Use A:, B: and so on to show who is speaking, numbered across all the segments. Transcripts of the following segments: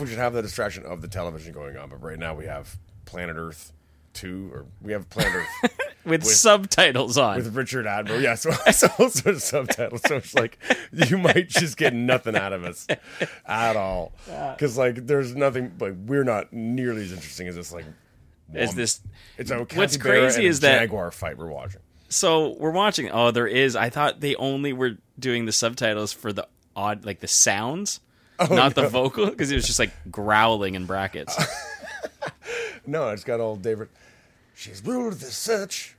A: we should have the distraction of the television going on, but right now we have Planet Earth two, or we have Planet Earth
B: with, subtitles on.
A: with Richard Admiral. Yeah, so it's all sorts of subtitles. So it's like you might just get nothing out of us at all, because like there's nothing. Like we're not nearly as interesting as this. Like
B: is
A: womp-
B: this
A: It's a capybara
B: what's crazy
A: and a
B: is that-
A: jaguar fight we're watching.
B: so we're watching oh there is i thought they only were doing the subtitles for the odd like the sounds
A: Oh,
B: not the vocal because it was just like growling in brackets
A: No, it's got old David. She's ruled the search.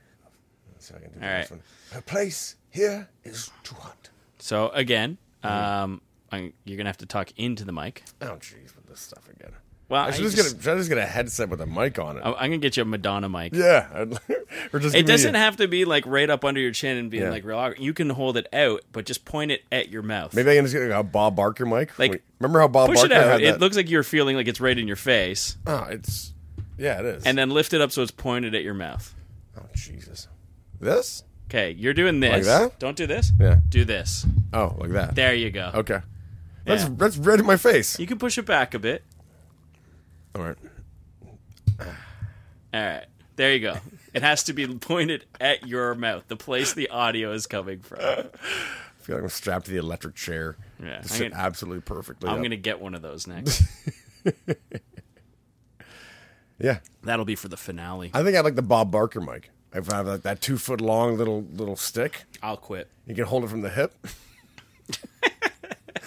A: Let's see if I can do
B: All
A: this
B: right.
A: one. Her place here is to hunt.
B: so again
A: Mm-hmm.
B: um I- you're gonna have to talk into the mic
A: Oh, jeez, with this stuff again.
B: well
A: I
B: Uh, I
A: should just,
B: just-
A: get a, should I just get a headset with a mic on it.
B: I'm- i'm gonna get you a madonna mic
A: yeah, I'd- or just
B: It
A: give me
B: doesn't
A: a-
B: have to be like right up under your chin and being
A: Yeah.
B: like real. awkward. You can hold it out, but just point it at your mouth.
A: Maybe I can just get like a Bob Barker mic.
B: Like,
A: Wait, remember how Bob
B: push
A: Barker
B: it out.
A: had
B: It
A: that?
B: looks like you're feeling like it's right in your face,
A: oh, it's yeah, it is.
B: and then lift it up so it's pointed at your mouth.
A: oh, Jesus, this?
B: Okay, you're doing this.
A: that?
B: Don't do this.
A: Yeah.
B: Do this.
A: Oh, like that.
B: There you go.
A: Okay, that's
B: Yeah.
A: that's right in my face.
B: You can push it back a bit.
A: All right.
B: All right. There you go. It has to be pointed at your mouth, the place the audio is coming from.
A: I feel like I'm strapped to the electric chair.
B: Yeah,
A: Just
B: I'm
A: sit
B: gonna-
A: absolutely perfectly.
B: I'm
A: up.
B: going to get one of those next.
A: Yeah,
B: That'll be for the finale.
A: I think I like the Bob Barker mic. If I have like that two foot long little little stick,
B: I'll quit.
A: you can hold it from the hip.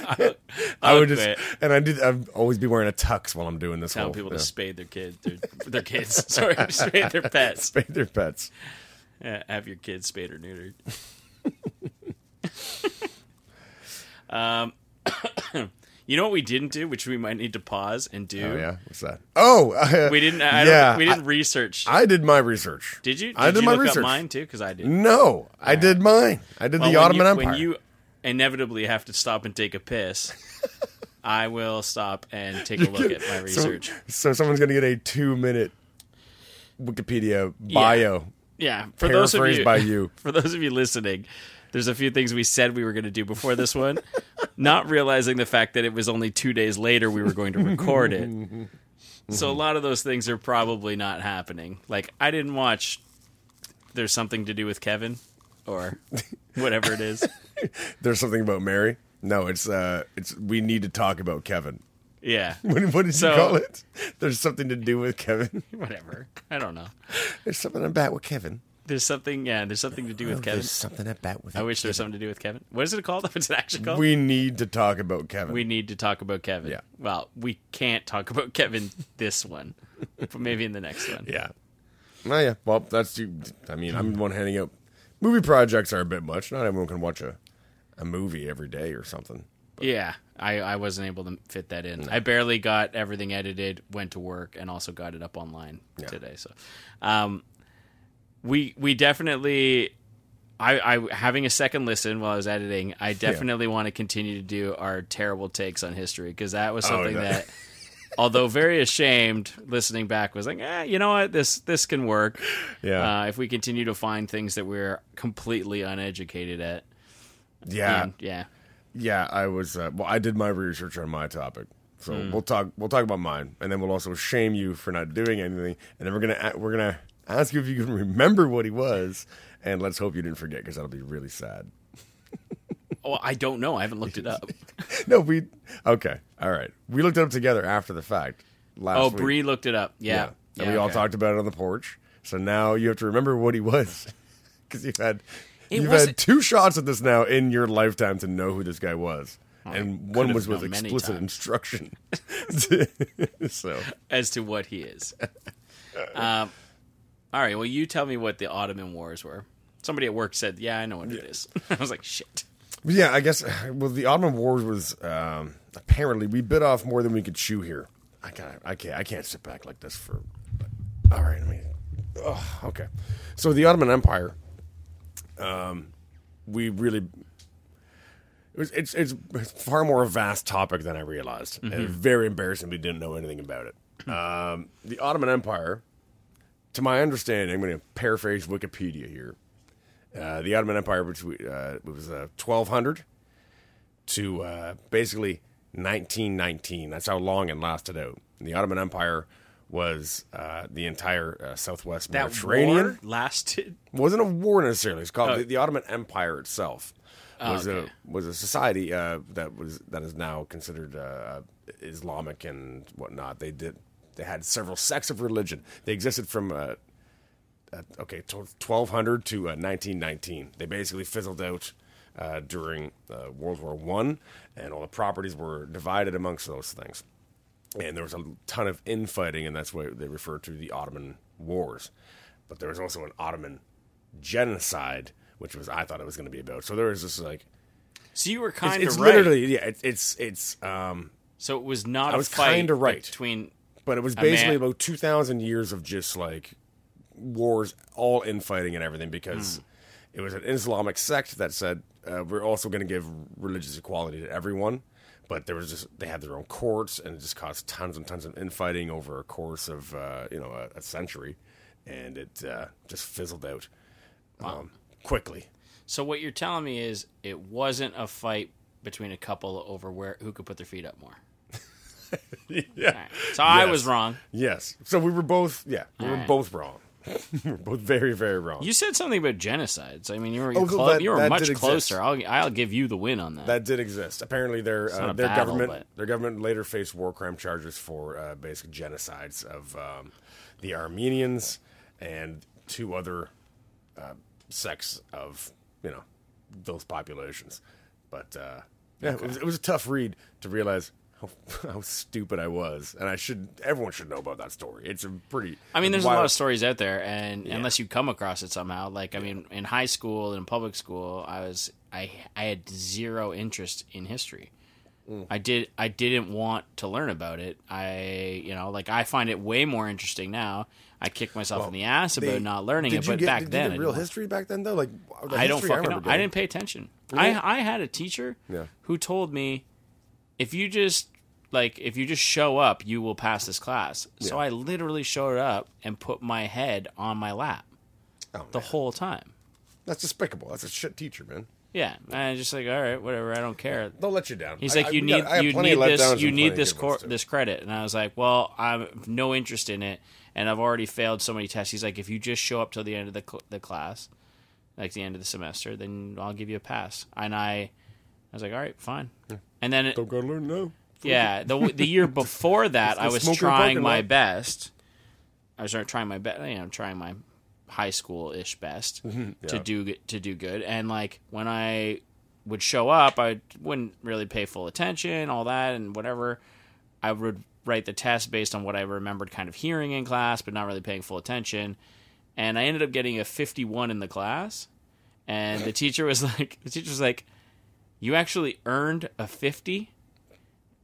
B: I'll
A: I would just
B: quit.
A: and I did. I'd always be wearing a tux while I'm doing this.
B: Tell
A: whole,
B: people
A: Oh, yeah.
B: to spade their kids. Their, their kids. Sorry, spade their pets.
A: spay their pets.
B: Yeah, have your kids spayed or neutered. um, you know what we didn't do, which we might need to pause and do.
A: Oh yeah, what's that? Oh,
B: We didn't. I
A: yeah,
B: don't, we didn't research.
A: I, I did my research.
B: did you? Did
A: I did
B: you
A: my
B: look
A: research.
B: up mine too? Because I did.
A: No, I did mine. I did the
B: Well,
A: Ottoman
B: when you,
A: Empire.
B: When you inevitably have to stop and take a piss, I will stop and take a look at my
A: So-
B: research.
A: So, someone's gonna get a two minute Wikipedia bio
B: yeah, for those of
A: paraphrased
B: you,
A: by you.
B: for those of you listening, there's a few things we said we were going to do before this one, not realizing the fact that it was only two days later we were going to record it. so a lot of those things are probably not happening. Like I didn't watch. There's something to do with Kevin, or whatever it is.
A: There's something about Mary. No, it's uh, it's we need to talk about Kevin.
B: Yeah,
A: What, what did
B: So-
A: you call it? There's something to do with Kevin.
B: whatever. I don't know.
A: There's something about with Kevin.
B: There's something. Yeah, there's something to do with Kevin.
A: There's something about with.
B: I wish there was something to do with Kevin. What is it called? What's it actually called?
A: We need to talk about Kevin.
B: We need to talk about Kevin.
A: Yeah.
B: Well, we can't talk about Kevin this one, but maybe in the next one.
A: Yeah. Oh yeah. Well, that's you. I mean, I'm the one handing out. Movie projects are a bit much. Not everyone can watch a, a movie every day or something.
B: Yeah, I, I wasn't able to fit that in. I barely got everything edited, went to work, and also got it up online today. So, um, we we definitely, I, I having a second listen while I was editing. I definitely want to continue to do our terrible takes on history because that was something
A: Oh, no.
B: that, although very ashamed, listening back was like, eh, you know what, this this can work.
A: Yeah.
B: Uh, if we continue to find things that we're completely uneducated at,
A: yeah.
B: And, yeah.
A: Yeah. I was. Uh, well, I did my research on my topic. So
B: Hmm.
A: we'll talk. We'll talk about mine, and then we'll also shame you for not doing anything. And then we're gonna a- we're gonna ask you if you can remember what he was, and let's hope you didn't forget because that'll be really sad.
B: Oh, I don't know. I haven't looked it up.
A: No, we okay. All right, we looked it up together after the fact. Last
B: Oh,
A: week.
B: Bree looked it up. Yeah.
A: And
B: Yeah,
A: we all
B: okay.
A: talked about it on the porch. So now you have to remember what he was. Because you've had
B: It
A: you've
B: wasn't-
A: had two shots at this now in your lifetime to know who this guy was. and one
B: Oh, could've
A: was with
B: known many
A: explicit
B: times.
A: instruction. so
B: as to what he is. um, all right. Well, you tell me what the Ottoman Wars were. Somebody at work said, "Yeah, I know what it is." I was like, "Shit."
A: but yeah, I guess well the Ottoman Wars was um, apparently we bit off more than we could chew here. I can't I can't I can't sit back like this for all right, I mean oh, okay. So the Ottoman Empire, um, we really It was, it's, it's it's far more a vast topic than I realized. And
B: Mm-hmm.
A: very embarrassing. We didn't know anything about it. Um, the Ottoman Empire, to my understanding, I'm going to paraphrase Wikipedia here. Uh, the Ottoman Empire between uh, it was uh, 1200 to uh, basically 1919. That's how long it lasted out. The Ottoman Empire was uh, the entire uh, southwest
B: That
A: Mediterranean.
B: war lasted.
A: wasn't a war necessarily. It's called
B: Oh.
A: the, the Ottoman Empire itself was
B: okay.
A: a was a society uh, that was that is now considered uh, Islamic and whatnot. They did they had several sects of religion. They existed from uh, uh, okay twelve hundred to uh, nineteen nineteen. They basically fizzled out. Uh, during uh, World War One, and all the properties were divided amongst those things and there was a ton of infighting, and that's why they refer to the Ottoman Wars. But there was also an Ottoman genocide, which was I thought it was going to be about. So there was this like
B: So you were
A: it's,
B: kind
A: it's
B: of right.
A: literally yeah, it's it's it's um,
B: so it was not.
A: I was
B: a fight
A: kinda right.
B: between.
A: but it was
B: man-
A: basically about two thousand years of just like wars, all infighting and everything, because it was an Islamic sect that said uh, we're also going to give religious equality to everyone. But there was just they had their own courts, and it just caused tons and tons of infighting over a course of uh, you know a, a century, and it uh, just fizzled out um, quickly.
B: So what you're telling me is it wasn't a fight between a couple over where who could put their feet up more.
A: yeah.
B: So I
A: Yes.
B: was wrong.
A: Yes. So we were both yeah we were
B: Alright.
A: both wrong. we were both very very wrong.
B: You said something about genocides. I mean, you were
A: Oh,
B: clo-
A: that-
B: you were
A: that
B: much
A: did exist.
B: closer. I'll I'll give you the win on that.
A: That did exist. Apparently, their
B: not
A: uh,
B: a
A: their
B: battle,
A: government
B: but-
A: their government later faced war crime charges for uh, basic genocides of um, the Armenians and two other uh, sects of you know those populations. But uh, yeah, it, was, it was a tough read to realize. How, how stupid I was, and I should. Everyone should know about that story. It's a pretty.
B: I mean, there's a lot
A: wild-
B: of stories out there, and unless you come across it somehow, like I mean, in high school and in public school, I was I I had zero interest in history.
A: Mm.
B: I did I didn't want to learn about it. I you know like I find it way more interesting now. I kick myself in the ass about
A: They-
B: not learning
A: did
B: it,
A: you
B: but
A: get-
B: back
A: did you
B: then
A: get
B: I
A: real
B: didn't.
A: history back then though. Like the
B: I don't
A: history
B: fucking know.
A: remember
B: I
A: doing.
B: didn't pay attention. I I had a teacher
A: Yeah.
B: who told me if you just like if you just show up, you will pass this class. So
A: Yeah.
B: I literally showed up and put my head on my lap
A: Oh,
B: the
A: man.
B: whole time.
A: That's despicable. That's a shit teacher, man.
B: Yeah, and I just like all right, whatever. I don't care.
A: They'll let you down.
B: He's
A: I-
B: like,
A: I-
B: you
A: we got-
B: need
A: I have
B: you
A: plenty
B: need
A: of letdowns
B: this
A: and
B: you
A: plenty
B: need
A: of
B: this
A: good
B: cor-
A: ones, too.
B: this credit, and I was like, well, I'm no interest in it, and I've already failed so many tests. He's like, if you just show up till the end of the cl- the class, like the end of the semester, then I'll give you a pass. And I, I was like, all right, fine. And then
A: Don't go to learn now.
B: yeah, the the year before that, I was
A: smoke in the
B: trying
A: parking
B: my
A: lot.
B: best. I was trying my best, you know, trying my high school ish best to
A: yeah.
B: do to do good. And like when I would show up, I wouldn't really pay full attention, all that, and whatever. I would write the test based on what I remembered, kind of hearing in class, but not really paying full attention. And I ended up getting a fifty-one in the class. And the teacher was like, the teacher was like, you actually earned a fifty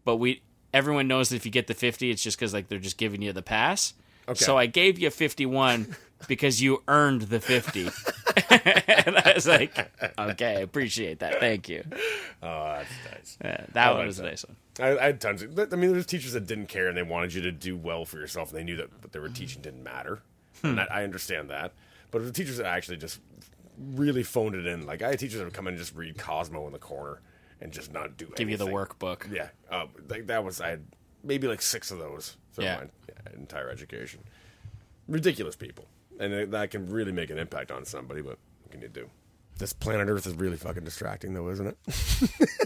B: but we everyone knows that if you get the 50 it's just because like they're just giving you the pass
A: Okay.
B: so i gave you 51 because you earned the 50 and i was like okay i appreciate that thank you
A: Oh, that's nice.
B: yeah, that one
A: like
B: was a
A: that.
B: nice one
A: I, I had tons. Of, I mean, there's teachers that didn't care and they wanted you to do well for yourself, and they knew that what they were teaching didn't matter.
B: Hmm.
A: And that, I understand that. But the teachers that actually just really phoned it in. Like I had teachers that would come in and just read Cosmo in the corner and just not do.
B: give you the
A: anything.
B: workbook
A: Yeah, uh, like that was I had maybe like six of those through
B: Yeah.
A: my entire education. Ridiculous people, and it- that can really make an impact on somebody. But what can you do? This planet Earth is really fucking distracting, though, isn't it?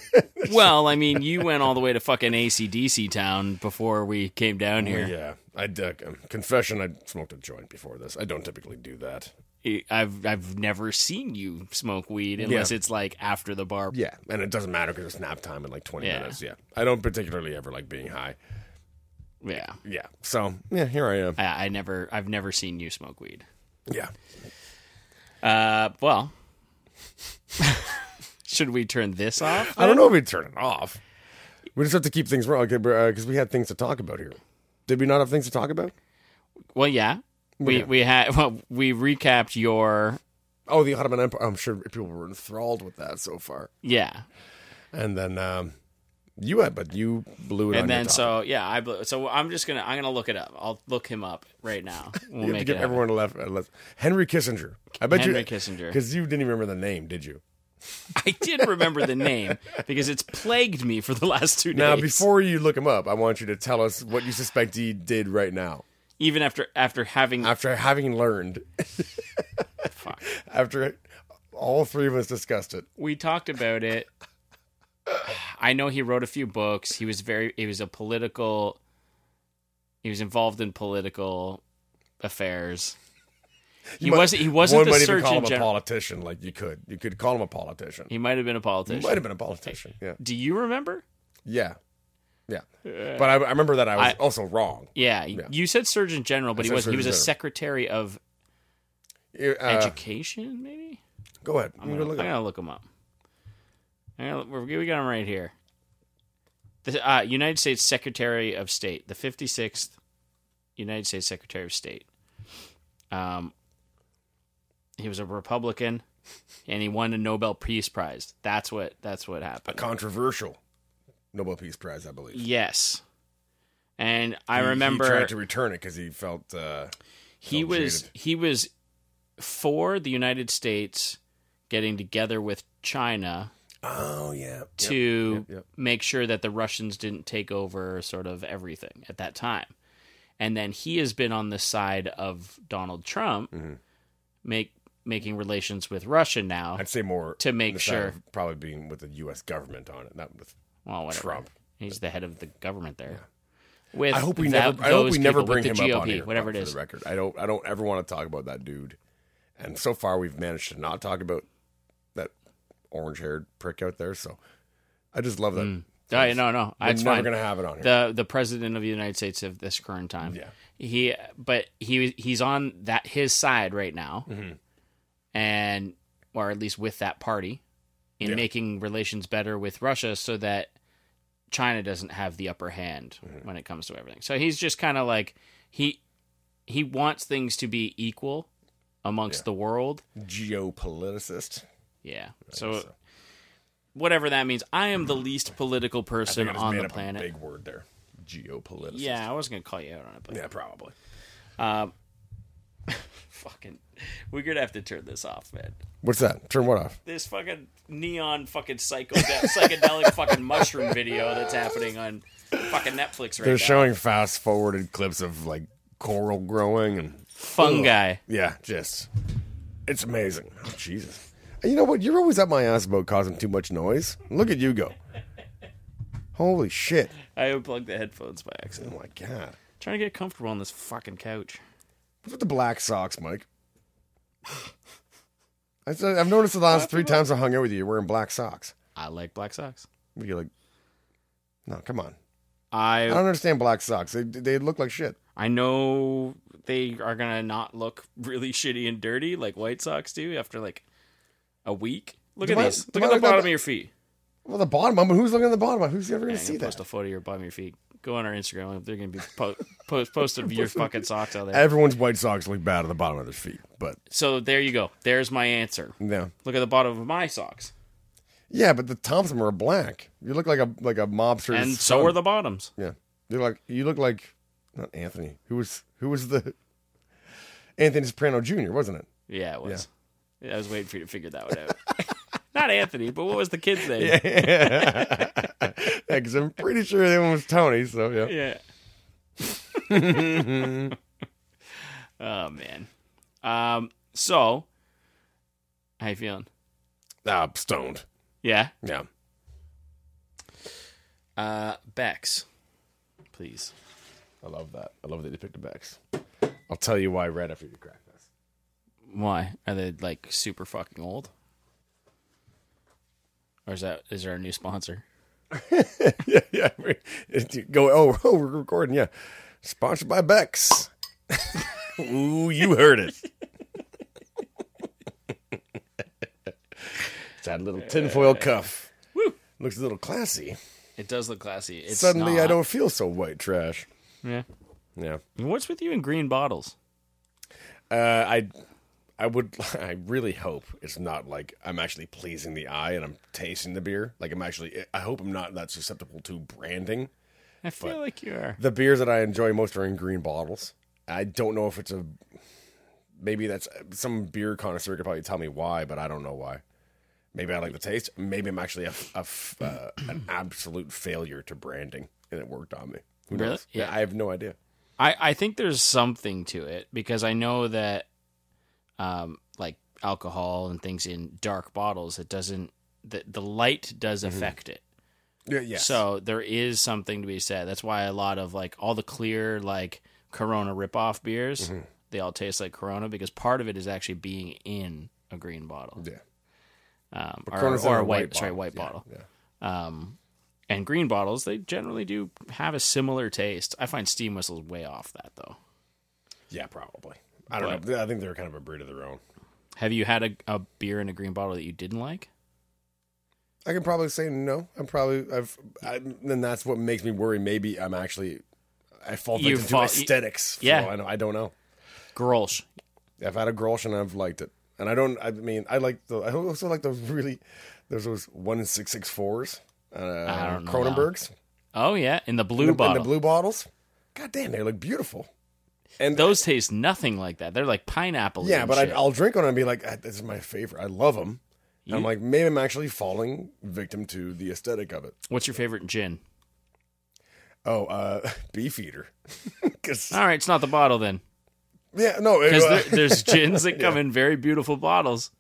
B: well i mean you went all the way to fucking acdc town before we came down here
A: Oh, yeah, I uh, confession, I smoked a joint before this. I don't typically do that.
B: i've i've never seen you smoke weed unless it's like after the bar
A: Yeah, and it doesn't matter because it's nap time in like twenty
B: Yeah.
A: minutes. Yeah, I don't particularly ever like being high.
B: yeah
A: Yeah, so yeah, here I am.
B: I, I never i've never seen you smoke weed
A: Yeah,
B: Uh, well, should we turn this off?
A: I don't know if we'd turn it off. We just have to keep things rolling because we had things to talk about here. Did we not have things to talk about?
B: Well, yeah, we we had well, we recapped your
A: Oh, the Ottoman Empire. I'm sure people were enthralled with that so far.
B: yeah,
A: And then um, you had, but you blew it. on
B: and then
A: your topic.
B: so yeah, I bl- so I'm just gonna I'm gonna look it up. I'll look him up right now.
A: you have
B: We'll
A: to
B: make
A: give
B: it happen.
A: everyone a left, a left. Henry Kissinger. I bet you
B: Henry Kissinger.
A: because you didn't even remember the name, did you?
B: I did remember the name because it's plagued me for the last two days.
A: Now, before you look him up, I want you to tell us what you suspect he did right now.
B: even after after having
A: After having learned,
B: fuck,
A: after all three of us discussed it,
B: we talked about it. I know he wrote a few books. He was very he was a political he was involved in political affairs. He
A: might-
B: wasn't he wasn't
A: one
B: the
A: might even call
B: surgeon
A: him a
B: general.
A: politician. Like you could, you could call him a politician.
B: He might have been a
A: He
B: politician.
A: might have been a politician. Yeah,
B: Do you remember?
A: yeah, yeah. But I, I remember that I was
B: I-
A: also wrong.
B: Yeah, you said surgeon general, but he
A: said
B: was he was
A: surgeon
B: a
A: general.
B: secretary of
A: Uh,
B: education, maybe.
A: go ahead.
B: I'm gonna,
A: look
B: I'm
A: it up.
B: gonna look them up. I'm gonna, we're- we got them right here. The uh, United States Secretary of State, the 56th United States Secretary of State. Um, he was a Republican, and he won a Nobel Peace Prize. That's what. That's what
A: A
B: happened.
A: controversial Nobel Peace Prize, I believe.
B: Yes, and I
A: He-
B: remember
A: he tried to return it because he felt uh,
B: he
A: felt
B: was
A: jaded.
B: he was for the United States getting together with China.
A: oh yeah
B: to
A: Yep. yep.
B: make sure that the Russians didn't take over sort of everything at that time. And then he has been on the side of Donald Trump
A: Mm-hmm.
B: make making relations with Russia now.
A: I'd say more
B: to make
A: the side
B: sure-
A: of probably being with the U.S. government on it, not with
B: well, whatever.
A: Trump.
B: He's the head of the government there. With
A: I hope we
B: that-
A: never. I hope
B: those
A: we never
B: people, with
A: bring him
B: the GOP,
A: up on here.
B: whatever it
A: for
B: is.
A: The record. I don't. I don't ever want to talk about that dude. And so far, we've managed to not talk about that orange-haired prick out there. So I just love that.
B: Oh, no, no,
A: We're
B: it's
A: never
B: fine.
A: gonna have it on here.
B: the the president of the United States of this current time.
A: Yeah.
B: He but he he's on that his side right now.
A: Mm-hmm.
B: And or at least with that party in
A: Yeah.
B: making relations better with Russia so that China doesn't have the upper hand
A: Mm-hmm.
B: when it comes to everything. So he's just kind of like he he wants things to be equal amongst the world.
A: Geopoliticist.
B: Yeah. So, whatever that means, I am the least political person
A: I just
B: on
A: made
B: the
A: up a
B: planet.
A: Big word there. Geopoliticist.
B: Yeah, I was gonna call you out on it, but Um,
A: Yeah, probably.
B: fucking, we're gonna have to turn this off, man.
A: What's that? Turn what off?
B: This fucking neon fucking psycho psychedelic fucking mushroom video that's happening on fucking Netflix right
A: They're
B: now.
A: showing fast-forwarded clips of like coral growing and
B: Fungi.
A: Yeah, just it's amazing. Oh, Jesus. And you know what? You're always up my ass about causing too much noise. Look at you go. Holy shit.
B: I unplugged the headphones by accident.
A: Oh my god.
B: Trying to get comfortable on this fucking couch.
A: What's with the black socks, Mike? I said, I've noticed the last three times I hung out with you, you're wearing black socks.
B: I like black socks.
A: You're like, no, come on. I
B: I
A: don't understand black socks. They, they look like shit.
B: I know they are gonna not look really shitty and dirty like white socks do after like a week. Look
A: Do
B: at
A: I-
B: these.
A: do
B: Look
A: I
B: at the
A: look like
B: bottom
A: that?
B: of your feet.
A: Well, the bottom. I mean, who's looking at the bottom? Who's ever going
B: Yeah,
A: to
B: I'm
A: see
B: gonna
A: that?
B: post a photo of your bum your feet. Go on our Instagram. They're gonna be po- post post of your fucking socks out there.
A: Everyone's white socks look bad at the bottom of their feet, but
B: So there you go. There's my answer.
A: no.
B: Look at the bottom of my socks,
A: Yeah, but the tops of them are black. You look like a like a mobster.
B: and so are the bottoms.
A: yeah. You look like you look like not Anthony. Who was who was the Anthony Soprano Jr. wasn't it?
B: Yeah, it was. I was waiting for you to figure that one out. Not Anthony, but what was the kid's name? Yeah.
A: Yeah, because I'm pretty sure that one was Tony. So yeah,
B: oh man. Um. So, how you feeling?
A: ah, stoned.
B: Yeah.
A: Yeah,
B: Uh, Bex, please.
A: I love that. I love that you picked the backs. I'll tell you why right after you crack this.
B: Why are they like super fucking old? Or is that is there a new sponsor?
A: yeah, yeah. we- Go. Oh, oh, we're recording. Yeah, sponsored by Bex. Ooh, you heard it. it's that little tinfoil cuff.
B: Woo.
A: Looks a little classy.
B: It does look classy. It's
A: Suddenly, I
B: not-
A: don't feel so white trash.
B: Yeah.
A: Yeah.
B: What's with you in green bottles?
A: Uh, I, I would. I really hope it's not like I'm actually pleasing the eye and I'm tasting the beer. Like I'm actually. I hope I'm not that susceptible to branding.
B: I feel like you are.
A: the beers that I enjoy most are in green bottles. I don't know if it's a maybe that's some beer connoisseur could probably tell me why, but I don't know why. Maybe I like the taste. Maybe I'm actually a, f- a f- uh, an absolute failure to branding, and it worked on me. Who
B: Really?
A: knows? Yeah,
B: Yeah.
A: I have no idea.
B: I, I think there's something to it because I know that um like alcohol and things in dark bottles it doesn't the, the light does affect it.
A: Yeah, yeah.
B: So there is something to be said. That's why a lot of like all the clear like Corona ripoff beers,
A: Mm-hmm.
B: they all taste like Corona because part of it is actually being in a green bottle.
A: yeah,
B: Um, or,
A: Corona's in
B: or a
A: a
B: white,
A: white
B: sorry,
A: bottle.
B: white
A: Yeah,
B: bottle. Um, and green bottles, they generally do have a similar taste. I find steam whistles way off that though.
A: yeah, probably. I don't
B: But-
A: know. I think they're kind of a breed of their own.
B: Have you had a, a beer in a green bottle that you didn't like?
A: I can probably say no. I'm probably I've I, then that's what makes me worry. Maybe I'm actually I fall
B: You
A: victim to
B: fall-
A: aesthetics. for
B: yeah.
A: all I know. I don't know.
B: Grolsch.
A: I've had a Grolsch and I've liked it, and I don't. I mean, I like the. I also like those really. There's those one and six six fours. Uh,
B: don't know
A: Cronenbergs
B: Oh yeah, in the blue
A: in the,
B: bottle.
A: in the blue bottles. God damn, they look beautiful. And
B: Those taste nothing like that. They're like pineapple.
A: yeah, but I,
B: shit.
A: I'll drink one and be like, "Ah, "This is my favorite. I love them." And I'm like, maybe I'm actually falling victim to the aesthetic of it.
B: what's your favorite gin?
A: Oh, uh, Beefeater. 'Cause-
B: All right, it's not the bottle then.
A: yeah, no, it,
B: Because
A: uh,
B: Ah. there, there's gins that come in very beautiful bottles.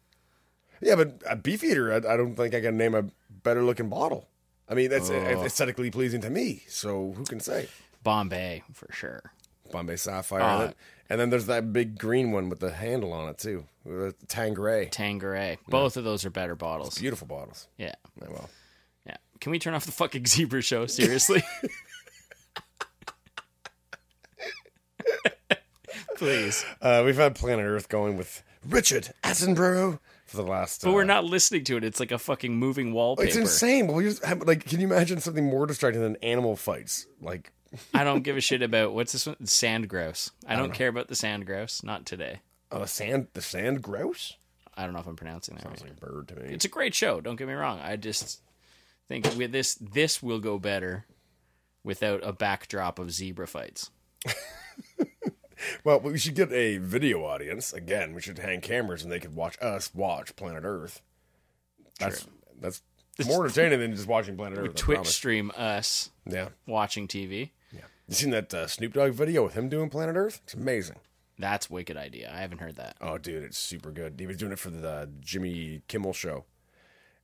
A: yeah, but a Beefeater, I, I don't think I can name a better looking bottle. I mean, that's uh aesthetically pleasing to me. So who can say?
B: Bombay for sure.
A: Bombay Sapphire,
B: Ah.
A: and, then, and then there's that big green one with the handle on it too, the Tangeray.
B: Tangeray. Both of those are better bottles.
A: Beautiful bottles.
B: Yeah,
A: Yeah, well,
B: yeah. Can we turn off the fucking zebra show? Seriously, please.
A: uh, we've had Planet Earth going with Richard Attenborough for the last.
B: But
A: uh,
B: we're not listening to it. It's like a fucking moving wallpaper.
A: It's insane. Well, you just have, like, can you imagine something more distracting than animal fights? Like,
B: I don't give a shit about what's this one? Sand grouse. I don't care about the sand grouse. Not today.
A: oh, the sand, the sand grouse.
B: I don't know if I'm pronouncing that
A: It's
B: right.
A: like a bird to me.
B: It's a great show. Don't get me wrong. I just think with this, this will go better without a backdrop of zebra fights.
A: Well, we should get a video audience again. We should hang cameras and they could watch us watch Planet Earth. That's that's more entertaining than just watching Planet Earth. I
B: Twitch
A: promise.
B: stream us
A: yeah.
B: watching TV.
A: Yeah. You seen that uh, Snoop Dogg video with him doing Planet Earth? It's amazing.
B: That's wicked idea. I haven't heard that.
A: Oh, dude, it's super good. He was doing it for the Jimmy Kimmel show.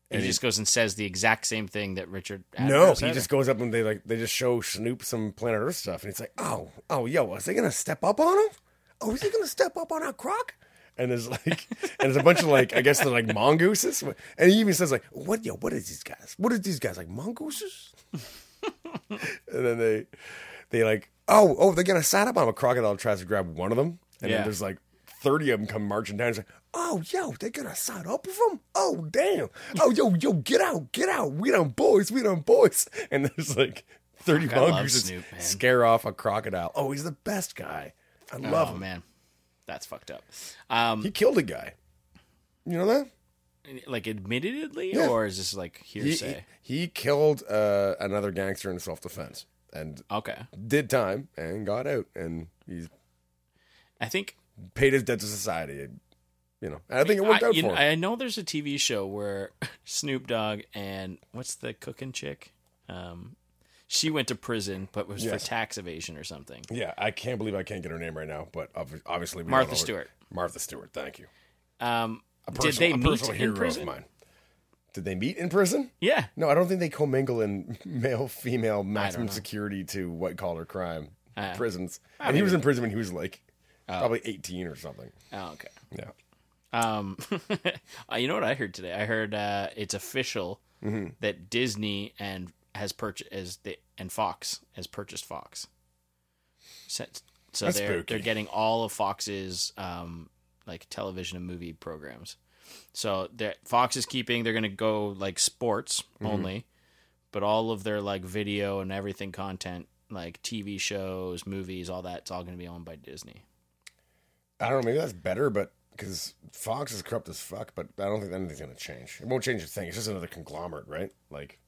B: He just goes and says the exact same thing that Richard.
A: No,
B: Attenborough
A: he
B: said.
A: just goes up and they like they just show Snoop some Planet Earth stuff, and it's like, oh, oh, yo, is they gonna step up on him? Oh, is he gonna step up on our croc? And there's like, and there's a bunch of like, I guess they're like mongooses, and he even says like, what, yo, what is these guys? What is these guys like mongooses? and then they, they like, oh, oh, they're gonna side up on him. A crocodile tries to grab one of them, and
B: Yeah.
A: then there's like. 30 of them come marching down and say, Oh, yo, they're gonna side up with him? Oh, damn. Oh, yo, yo, get out, get out. We done boys, we done boys. And there's like 30
B: I love
A: mongooses
B: Snoop, man.
A: scare off a crocodile. Oh, he's the best guy. I love
B: Oh
A: him.
B: man, that's fucked up. Um,
A: He killed a guy. You know that?
B: like admittedly,
A: Yeah.
B: or is this like
A: He,
B: hearsay?
A: he, he killed uh, another gangster in self defense and
B: okay,
A: did time and got out. And he's
B: I think
A: paid his debt to society. You know, and I think it worked
B: I,
A: out
B: you
A: for
B: know,
A: him.
B: I know there's a TV show where Snoop Dogg and what's the cooking chick? Um, she went to prison, but was
A: Yes.
B: for tax evasion or something.
A: Yeah, I can't believe I can't get her name right now, but ob- obviously we
B: Martha
A: all know her-
B: Stewart.
A: Martha Stewart, thank you.
B: Um,
A: Personal-
B: did they
A: a
B: meet
A: personal hero
B: in
A: of
B: prison?
A: mine. Did they meet in prison?
B: Yeah,
A: No, I don't think they commingle in male female maximum
B: know.
A: security to white collar crime
B: Ah.
A: prisons. and he was in prison when he was like
B: uh,
A: probably 18 or something.
B: Oh, okay.
A: Yeah.
B: Um, uh, you know what I heard today? I heard uh, it's official
A: Mm-hmm.
B: that Disney and has purchased and Fox has purchased Fox. So, so
A: That's
B: they're
A: spooky.
B: they're getting all of Fox's um, like television and movie programs. So they're- Fox is keeping. They're going to go like sports
A: Mm-hmm.
B: only, but all of their like video and everything content, like TV shows, movies, all that's all going to be owned by Disney.
A: I don't know, maybe that's better, but because Fox is corrupt as fuck, but I don't think anything's going to change. It won't change a thing. It's just another conglomerate, right? Like,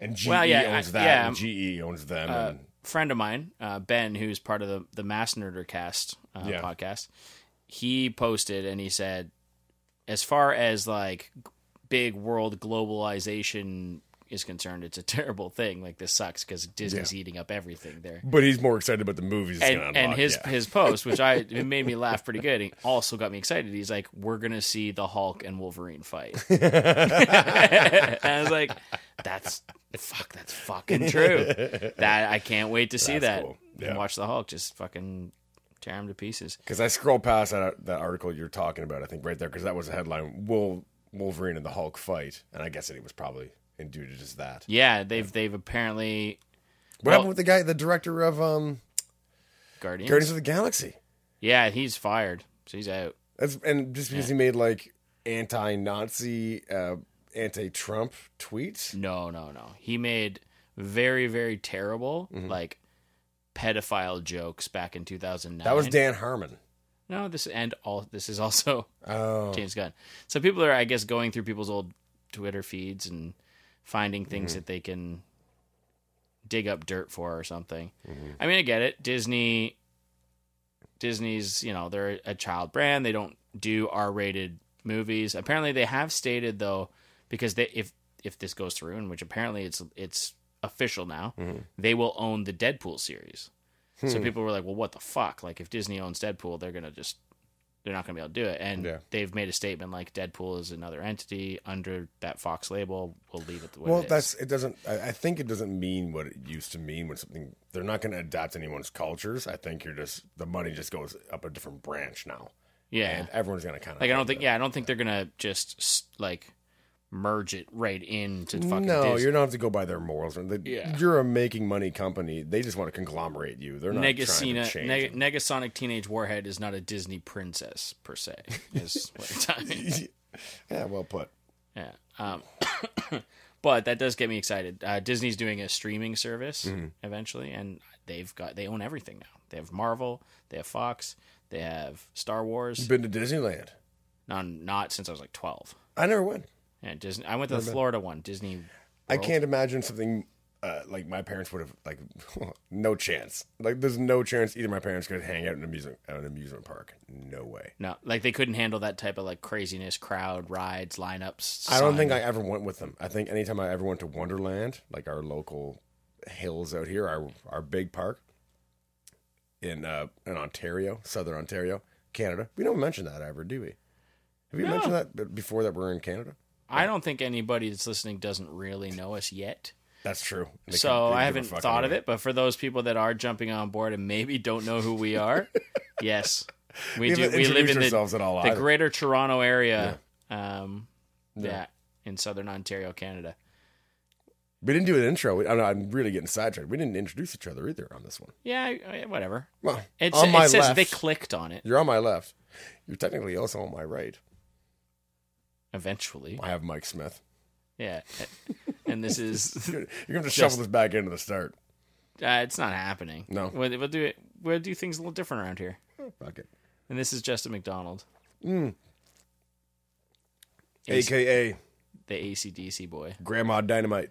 A: and GE
B: Well, yeah, I-
A: owns that,
B: yeah, Uh,
A: and GE owns them. and,
B: friend of mine, uh, Ben, who's part of the the Mass Nerder Cast uh,
A: Yeah.
B: podcast, he posted and he said, as far as like big world globalization is concerned, it's a terrible thing. Like this sucks because Disney's
A: Yeah.
B: eating up everything there.
A: But he's more excited about the movies. it's
B: And,
A: gonna
B: and
A: unlock,
B: his
A: yeah.
B: his post, which I it made me laugh pretty good, and also got me excited. He's like, "We're gonna see the Hulk and Wolverine fight," and I was like, "That's fuck, that's fucking true. That I can't wait to see
A: That's
B: that
A: cool.
B: and
A: Yeah.
B: watch the Hulk just fucking tear him to pieces."
A: Because I scroll past that, that article you're talking about, I think right there, because that was the headline: "Will Wolverine and the Hulk fight?" And I guess that it was probably in due to just that.
B: Yeah, they've they've apparently
A: What happened with the guy, the director of um,
B: Guardians.
A: Guardians of the Galaxy?
B: Yeah, he's fired, so he's out.
A: That's and just because he made like anti-Nazi, uh, anti-Trump tweets.
B: No, no, no. He made very very terrible
A: Mm-hmm.
B: like pedophile jokes back in 2009.
A: That was Dan Harmon.
B: No, this and all this is also
A: Oh,
B: James Gunn. So people are, I guess, going through people's old Twitter feeds and finding things that they can dig up dirt for or something. I mean, I get it. Disney, Disney's, you know, they're a child brand. They don't do R-rated movies. Apparently, they have stated though, because they if if this goes through, and which apparently it's it's official now, they will own the Deadpool series. So people were like, "Well, what the fuck? Like, if Disney owns Deadpool, they're gonna just they're not gonna be able to do it." And
A: Yeah.
B: they've made a statement like, "Deadpool is another entity under that Fox label. We'll leave it the way."
A: well,
B: it is.
A: that's it. Doesn't I, I think it doesn't mean what it used to mean when something they're not going to adapt anyone's cultures. I think you're just the money just goes up a different branch now,
B: yeah.
A: and everyone's going to kind of
B: like, I don't think. Yeah, I don't think they're gonna just s- like merge it right into fucking.
A: No,
B: Disney.
A: you don't have to go by their morals. The-
B: Yeah.
A: You're a making money company. They just want to conglomerate you. They're not trying to
B: Negasina,
A: change.
B: Neg- Negasonic Teenage Warhead is not a Disney princess per se. Is what it's I mean.
A: it. yeah, well put.
B: Yeah. Um, but that does get me excited. Uh, Disney's doing a streaming service
A: Mm-hmm.
B: eventually, and they've got they own everything now. They have Marvel, they have Fox, they have Star Wars.
A: Been to Disneyland.
B: Not not since I was like twelve.
A: I never went.
B: And Disney, I went to the Florida one. Disney.
A: I can't imagine something uh, like my parents would have like no chance. Like there's no chance either my parents could hang out in an amusement at an amusement park. No way.
B: No, like they couldn't handle that type of like craziness, crowd, rides, lineups.
A: I don't
B: sign.
A: think I ever went with them. I think anytime I ever went to Wonderland, like our local hills out here, our our big park in uh in Ontario, southern Ontario, Canada. We don't mention that ever, do we? Have you
B: No.
A: mentioned that b- before that we're in Canada?
B: I don't think anybody that's listening doesn't really know us yet.
A: That's true. They could-
B: So
A: they
B: I
A: give a
B: haven't
A: fuck
B: thought of
A: anyway.
B: it, but for those people that are jumping on board and maybe don't know who we are, yes, we,
A: We
B: do.
A: haven't
B: We live
A: introduced
B: in the,
A: ourselves at all
B: the
A: either.
B: Greater Toronto area, um,
A: Yeah.
B: yeah, in Southern Ontario, Canada.
A: We didn't do an intro. We, I'm, I'm really getting sidetracked. We didn't introduce each other either on this one.
B: Yeah, I- I- whatever.
A: Well,
B: It's,
A: on my
B: it says
A: left,
B: they clicked on it
A: you're on my left. You're technically also on my right.
B: eventually.
A: I have Mike Smith.
B: Yeah, and this is
A: You're, you're going to
B: Just-
A: shovel this back into the start.
B: uh, it's not happening.
A: No.
B: we'll, we'll do it. We'll do things a little different around here.
A: Fuck it.
B: And this is Justin McDonald,
A: AKA
B: the ACDC boy.
A: Grandma Dynamite.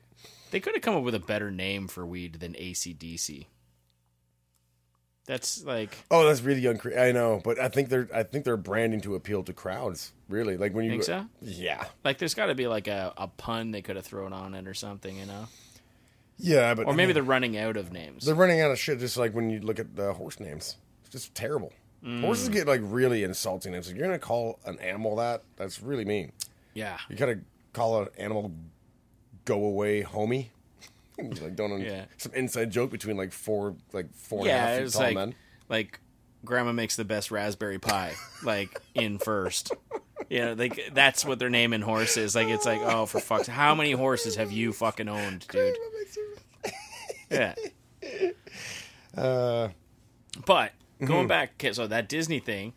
B: They could have come up with a better name for weed than ACDC. That's like,
A: Oh, that's really young. Cre- I know, but I think they're I think they're branding to appeal to crowds. Really, like when you
B: think so?
A: Yeah,
B: Like, there's got to be like a, a pun they could have thrown on it or something, you know?
A: yeah, but
B: Or maybe they're running out of names.
A: they're running out of shit. Just like when you look at the horse names, it's just terrible.
B: Mm.
A: Horses get like really insulting. It's like you're gonna call an animal that. That's really mean.
B: yeah.
A: You gotta call an animal go away homie. like don't
B: Yeah.
A: some inside joke between like four like four and a half
B: Yeah,
A: feet
B: it's
A: tall
B: like,
A: men.
B: like, grandma makes the best raspberry pie, like, in first. Yeah, like, that's what they're naming horses. Like, it's like, oh, for fuck's How many horses have you fucking owned, dude? Yeah.
A: Uh, hmm.
B: But going back, okay, so that Disney thing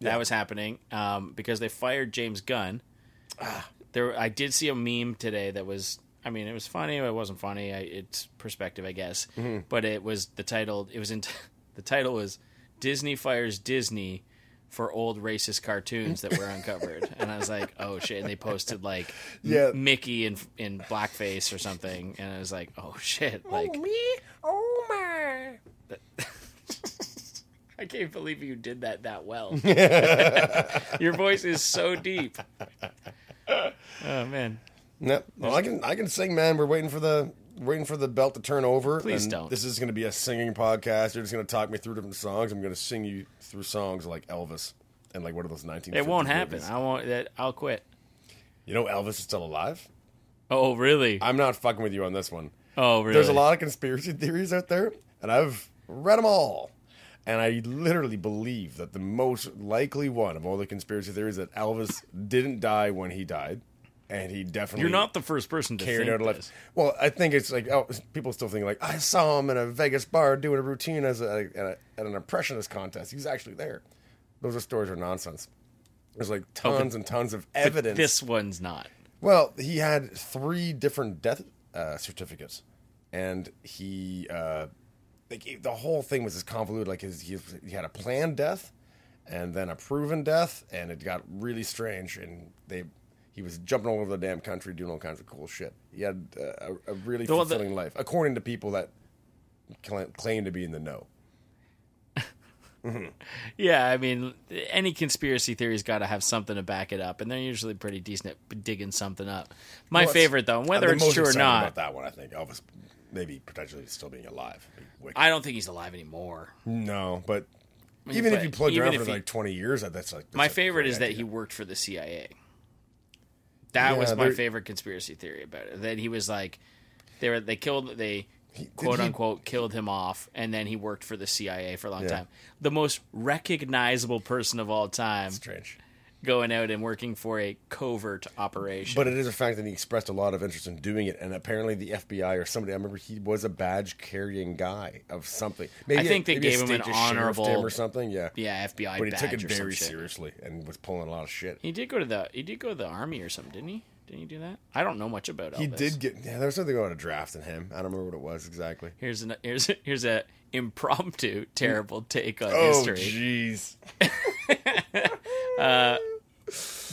B: that was happening um, because they fired James Gunn.
A: Ah.
B: There, I did see a meme today that was. I mean, it was funny. It wasn't funny. I, it's perspective, I guess.
A: Mm-hmm.
B: But it was the title. It was in the title was Disney fires Disney for old racist cartoons that were uncovered, and I was like, oh shit! And they posted like
A: Yeah.
B: Mickey in in blackface or something, and I was like, oh shit! Like
A: me? Oh my.
B: I can't believe you did that that well. Your voice is so deep. Oh man.
A: No, well, I can I can sing, man. We're waiting for the waiting for the belt to turn over.
B: Please
A: and
B: don't.
A: This is going to be a singing podcast. You're just going to talk me through different songs. I'm going to sing you through songs like Elvis and like what are those 19?
B: It won't happen. I won't that I'll quit.
A: You know Elvis is still alive.
B: Oh really?
A: I'm not fucking with you on this one.
B: oh really?
A: There's a lot of conspiracy theories out there, and I've read them all. And I literally believe that the most likely one of all the conspiracy theories that Elvis didn't die when he died, and he definitely
B: You're not the first person to
A: carried out
B: think
A: a
B: this.
A: life. Well, I think it's like oh, people still think like I saw him in a Vegas bar doing a routine as a, at, a, at an impressionist contest. He was actually there. Those are stories are nonsense. There's like tons and tons of evidence.
B: This one's not.
A: Well, he had three different death uh, certificates, and he uh, like it- the whole thing was just convoluted. Like his he, he had a planned death, and then a proven death, and it got really strange. And they he was jumping all over the damn country doing all kinds of cool shit. He had uh, a, a really
B: Well, the-
A: fulfilling life, according to people that cla claim to be in the know.
B: Yeah, I mean, any conspiracy theory's got to have something to back it up, and they're usually pretty decent at digging something up. My
A: Well, it's-
B: favorite, though, and whether
A: I'm the
B: it's
A: most
B: true or
A: excited
B: not,
A: about that one, I think Elvis maybe potentially still being alive. Wicked.
B: I don't think he's alive anymore.
A: No, but
B: you
A: even if
B: play-
A: you plugged
B: even
A: around
B: if
A: for
B: he-
A: like twenty years, that- that's like that's
B: My
A: a
B: favorite
A: great
B: is that
A: idea.
B: he worked for the CIA. That
A: Yeah,
B: was my
A: there-
B: favorite conspiracy theory about it. That he was like, they were they killed they
A: did
B: quote
A: he-
B: unquote killed him off, and then he worked for the CIA for a long
A: Yeah.
B: time. The most recognizable person of all time,
A: strange.
B: going out and working for a covert operation.
A: But it is a fact that he expressed a lot of interest in doing it, and apparently the FBI or somebody—I remember he was a badge-carrying guy of something. Maybe a-
B: think they
A: maybe a
B: gave him an
A: state just sheriffed
B: honorable-
A: him or something. Yeah,
B: yeah, FBI.
A: but he took it
B: badge or some
A: very
B: shit.
A: seriously and was pulling a lot of shit.
B: He did go to the he did go to the army or something, didn't he? Didn't he do that? I don't know much about Elvis.
A: He did get. Yeah, there was something about a draft in him. I don't remember what it was exactly.
B: Here's an here's here's a impromptu terrible take on
A: Oh,
B: history.
A: jeez.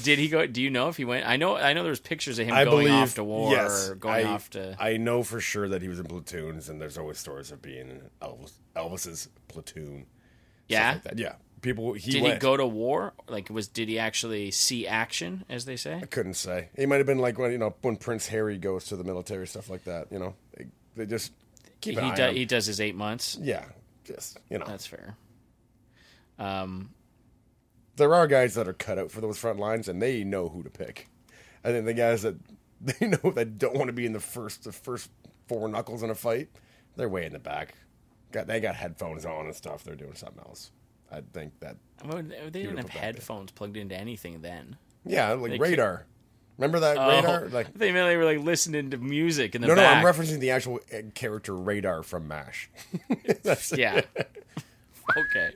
B: Did he go? Do you know if he went? I know. I know. There's pictures of him
A: I
B: going
A: believe
B: off to war
A: yes,
B: or going
A: I,
B: off to.
A: I know for sure that he was in platoons, and there's always stories of being in Elvis, Elvis's platoon.
B: yeah.
A: like that. Yeah, people. He
B: did
A: went.
B: he go to war? Like, was did he actually see action, as they say?
A: Couldn't say. He might have been like when you know when Prince Harry goes to the military stuff like that. You know, they, they just keep an
B: He
A: eye
B: do,
A: on.
B: he does his eight months.
A: yeah, just you know,
B: That's fair. Um,
A: there are guys that are cut out for those front lines, and they know who to pick. I think the guys that they know that don't want to be in the first the first four knuckles in a fight, they're way in the back. Got they got headphones on and stuff. They're doing something else. I think that
B: well, they didn't have
A: Beautiful back there.
B: headphones plugged into anything then.
A: yeah, like
B: could-
A: radar. Remember that radar?
B: Oh,
A: Like
B: they mainly were like listening to music in the
A: no, no,
B: back.
A: I'm referencing the actual uh, character radar from Mash. That's
B: yeah. okay.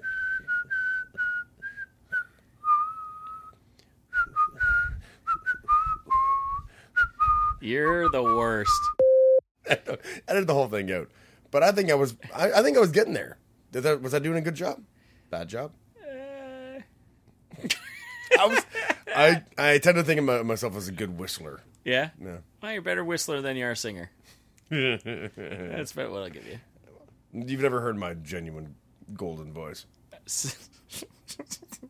B: You're the worst.
A: edited the whole thing out. But I think I was I, I think I was getting there. Did that, was I doing a good job? Bad job? I was I I tend to think of my- myself as a good whistler.
B: Yeah?
A: No.
B: Well, you're a better whistler than you are a singer. That's about what I'll give you.
A: You've never heard my genuine golden voice.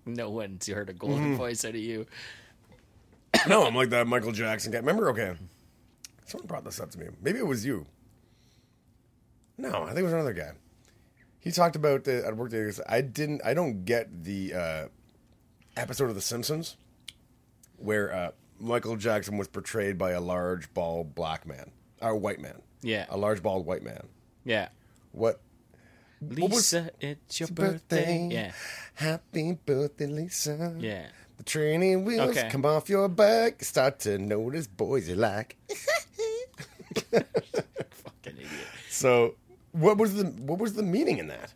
B: no one's heard a golden
A: Mm.
B: voice out of you.
A: No, I'm like that Michael Jackson guy. Remember okay. Someone brought this up to me. Maybe it was you. No, I think it was another guy. He talked about the at work day. he goes, I didn't I don't get the uh episode of The Simpsons where uh, Michael Jackson was portrayed by a large, bald black man or white man.
B: Yeah.
A: a large, bald white man.
B: Yeah.
A: What was-
B: Lisa, it's your birthday. Yeah.
A: Happy birthday, Lisa.
B: Yeah.
A: The training wheels
B: Okay.
A: come off your back. Start to notice boys you like.
B: Fucking idiot.
A: So, what was the what was the meaning in that?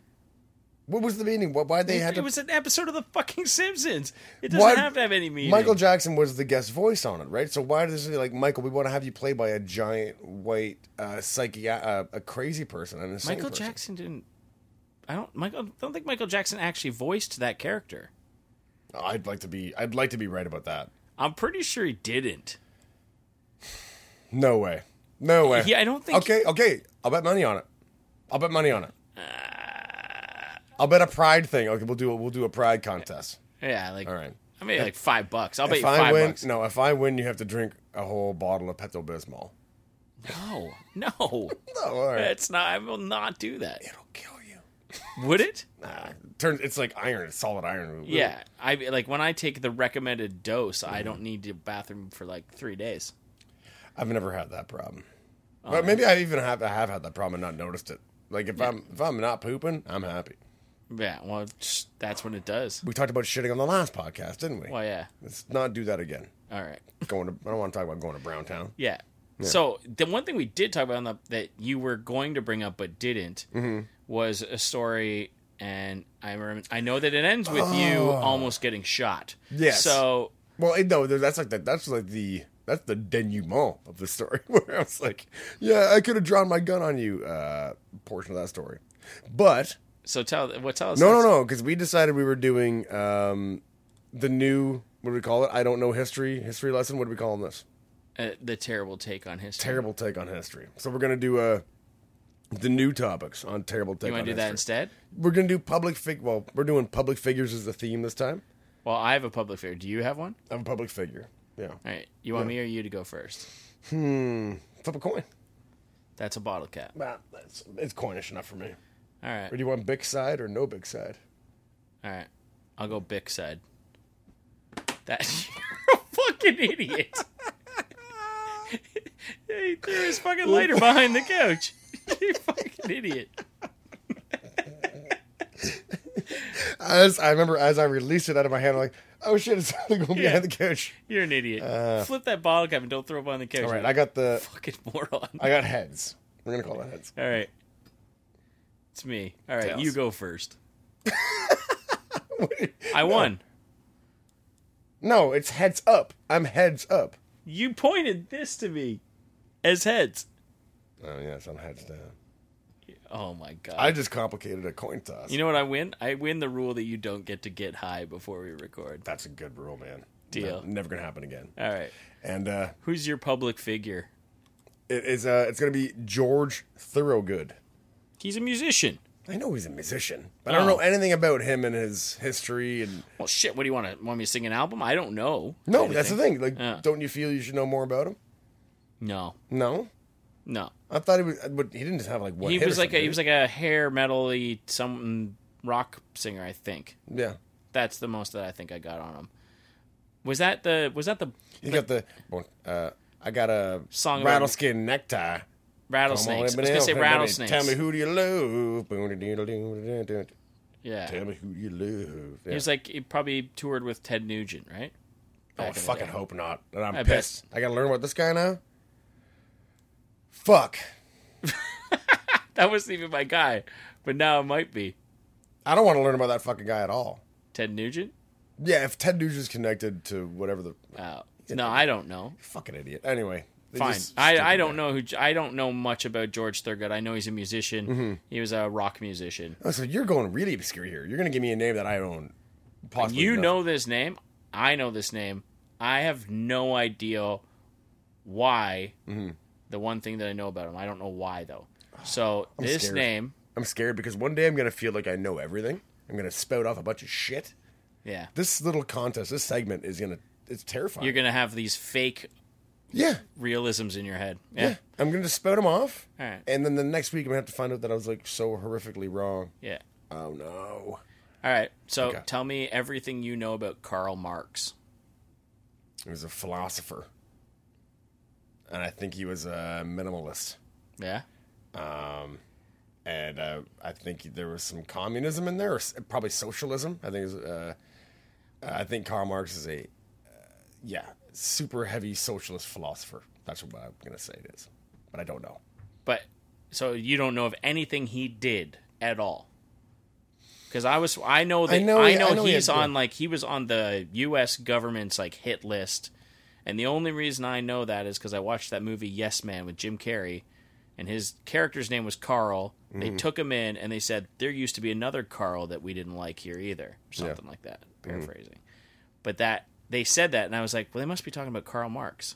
A: What was the meaning? Why why they
B: It,
A: had to?
B: was an episode of The fucking Simpsons. It doesn't
A: Why-
B: have to have any meaning.
A: Michael Jackson was the guest voice on it, right? So why does it like Michael? We want to have you play by a giant white uh, psychiat uh, a crazy person, an insane
B: Michael
A: person.
B: Jackson didn't. I don't. Michael. I don't think Michael Jackson actually voiced that character.
A: Oh, I'd like to be. I'd like to be right about that.
B: I'm pretty sure he didn't.
A: No way. No way.
B: Yeah, I don't think-
A: Okay, okay. I'll bet money on it. I'll bet money on it.
B: Uh,
A: I'll bet a pride thing. Okay, we'll do a, we'll do a pride contest.
B: Yeah, like
A: All right.
B: I made like five bucks. I'll bet
A: If
B: you
A: I
B: five
A: win,
B: bucks.
A: no, if I win, you have to drink a whole bottle of Pepto Bismol.
B: No, no,
A: No, all right.
B: it's not. I will not do that.
A: It'll kill you.
B: Would it?
A: Nah, turns it's like iron, it's solid iron.
B: Yeah, I like when I take the recommended dose.
A: Mm-hmm.
B: I don't need the bathroom for like three days.
A: I've never had that problem.
B: Um,
A: but maybe I even have I have had that problem and not noticed it. Like if I'm if I'm not pooping, I'm happy.
B: Yeah, well, it's- that's when it does.
A: We talked about shitting on the last podcast, didn't we?
B: Well, yeah.
A: Let's not do that again.
B: All right.
A: Going to I don't want to talk about going to Browntown.
B: Yeah. So the one thing we did talk about on the, that you were going to bring up but didn't
A: Mm-hmm.
B: was a story, and I remember I know that it ends with you almost getting shot.
A: Oh. Yes.
B: So
A: Well, it, no, that's like the, that's like the that's the denouement of the story where I was like, yeah, I could have drawn my gun on you uh, portion of that story, but
B: so tell what tell us.
A: no, no, no, because we decided we were doing um, the new what do we call it? I don't know history history lesson. What do we call this?
B: no. Uh, the terrible take on history.
A: Terrible take on history. So we're gonna do uh, the new topics on terrible take.
B: you
A: on
B: want to do
A: history.
B: that instead?
A: We're gonna do public fig. Well, we're doing public figures as the theme this time.
B: Well, I have a public figure. Do you have one?
A: I'm a public figure. Yeah,
B: All right. You want me or you to go first?
A: flip a coin.
B: That's a bottle cap.
A: Nah, that's, it's coinish enough for me.
B: All right.
A: Or do you want big side or no big side?
B: All right. I'll go Bic side. That you're a fucking idiot. he threw his fucking lighter behind the couch. you fucking idiot.
A: As I remember, as I released it out of my hand, I'm like, oh shit, it's going behind
B: Yeah.
A: the couch.
B: You're an idiot. Flip that bottle cap and don't throw it behind the couch.
A: Uh. All right,
B: you
A: I got the,
B: fucking moron.
A: I got heads. We're gonna call it heads.
B: All right. It's me. All right,
A: Tails.
B: you go first. I won.
A: No, it's heads up. I'm heads up.
B: You pointed this to me as heads.
A: Oh yes, I'm heads down.
B: Oh my god.
A: I just complicated a coin toss.
B: you know what I win? I win the rule that you don't get to get high before we record.
A: that's a good rule, man.
B: Deal.
A: No, never gonna happen again.
B: All right.
A: And uh,
B: Who's your public figure?
A: it is. Uh, it's gonna be George Thorogood.
B: He's a musician.
A: I know he's a musician, but I don't
B: Oh.
A: know anything about him and his history and
B: Well, shit. What do you want to want me to sing an album? I don't know.
A: No, that's the thing. Like,
B: Yeah.
A: don't you feel you should know more about him?
B: No,
A: No,
B: no.
A: I thought he was. But he didn't just have like one.
B: He
A: hit or
B: was like a,
A: something,
B: he was like a hair metally some rock singer. I think
A: did he? yeah.
B: that's the most that I think I got on him. Was that the was that the
A: You got the. Uh, I got a
B: Song about-
A: rattleskin necktie. Come on,
B: rattlesnakes? I was
A: everybody
B: gonna say
A: else, everybody,
B: rattlesnakes.
A: Tell me who do you love? Boom-a-dee-da-doo-da-doo-doo.
B: yeah,
A: Tell me who you love. Yeah.
B: he was like he probably toured with Ted Nugent, right?
A: oh, I
B: back in the
A: fucking
B: day.
A: hope not. And I'm
B: I bet.
A: pissed. I gotta learn about this guy now. Fuck.
B: That wasn't even my guy, but now it might be
A: I don't want to learn about that fucking guy at all.
B: Ted Nugent.
A: Yeah, if Ted Nugent's connected to whatever the
B: Uh, no, I don't know.
A: fucking idiot. Anyway, they
B: Fine.
A: just-
B: I, I don't know who I don't know much about George Thurgood. I know he's a musician.
A: Mm-hmm.
B: He was a rock musician.
A: Oh, so you're going really obscure here. You're going to give me a name that I don't possibly
B: You know this name. I know this name. I have no idea why.
A: Mm-hmm.
B: The one thing that I know about him, I don't know why though. So this
A: scared.
B: name,
A: I'm scared because one day I'm going to feel like I know everything. I'm going to spout off a bunch of shit.
B: yeah,
A: This little contest, this segment is going to it's terrifying.
B: you're gonna have these fake
A: yeah,
B: realisms in your head.
A: yeah.
B: Yeah,
A: I'm going to spout them off.
B: All right.
A: And then the next week I'm going to have to find out that I was like so horrifically wrong.
B: yeah.
A: Oh no.
B: All right. So
A: Okay.
B: tell me everything you know about Karl Marx.
A: He was a philosopher. And I think he was a minimalist.
B: Yeah.
A: And uh, I think there was some communism in there, or s- probably socialism. I think it was, uh, I think Karl Marx is a uh, yeah super heavy socialist philosopher. That's what I'm gonna say it is, but I don't know.
B: But so you don't know of anything he did at all. Because I was, I know that I know,
A: know he- I know he
B: he's
A: had-
B: on like he was on the U.S. government's like hit list, and the only reason I know that is because I watched that movie Yes Man with Jim Carrey, and his character's name was Carl.
A: Mm-hmm.
B: They took him in and they said there used to be another Carl that we didn't like here either, or something like that.
A: Mm-hmm.
B: Paraphrasing, but that they said that, and I was like, well, they must be talking about Karl Marx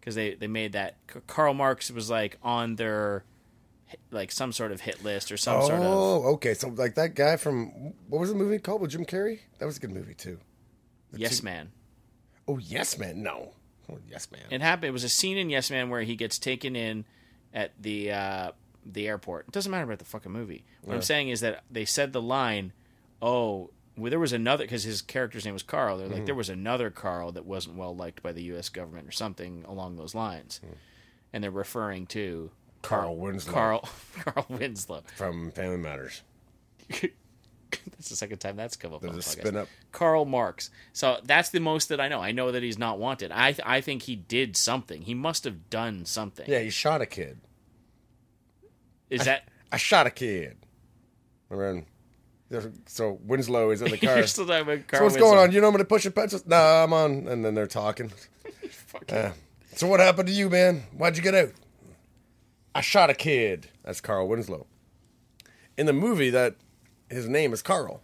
B: because they they made that K- Karl Marx was like on their like some sort of hit list or some sort of
A: Oh, okay. So like that guy from what was the movie called with Jim Carrey? That was a good movie too.
B: yes Man.
A: Oh, yes, man. No. Oh, yes, man.
B: It happened. It was a scene in Yes Man where he gets taken in at the uh, the airport. It doesn't matter about the fucking movie. What I'm saying is that they said the line, "Oh, well, there was another," because his character's name was Carl. They're like, "There was another Carl that wasn't well liked by the U.S. government or something along those lines," and they're referring to
A: Carl Winslow
B: Carl Carl Winslow.
A: from Family Matters.
B: that's the second time that's come up. on
A: There's
B: the
A: a
B: podcast.
A: spin up.
B: Karl Marx. So that's the most that I know. I know that he's not wanted. I I think he did something. He must have done something.
A: Yeah, he shot a kid.
B: Is that
A: I shot a kid. Remember? there's- So Winslow is in the car.
B: you're
A: so
B: still talking about Carl?
A: what's going on? You know I'm gonna push your pencils. Nah, I'm on. And then they're talking. Uh, so what happened to you, man? Why'd you get out? I shot a kid. That's Carl Winslow. In the movie, that his name is Carl,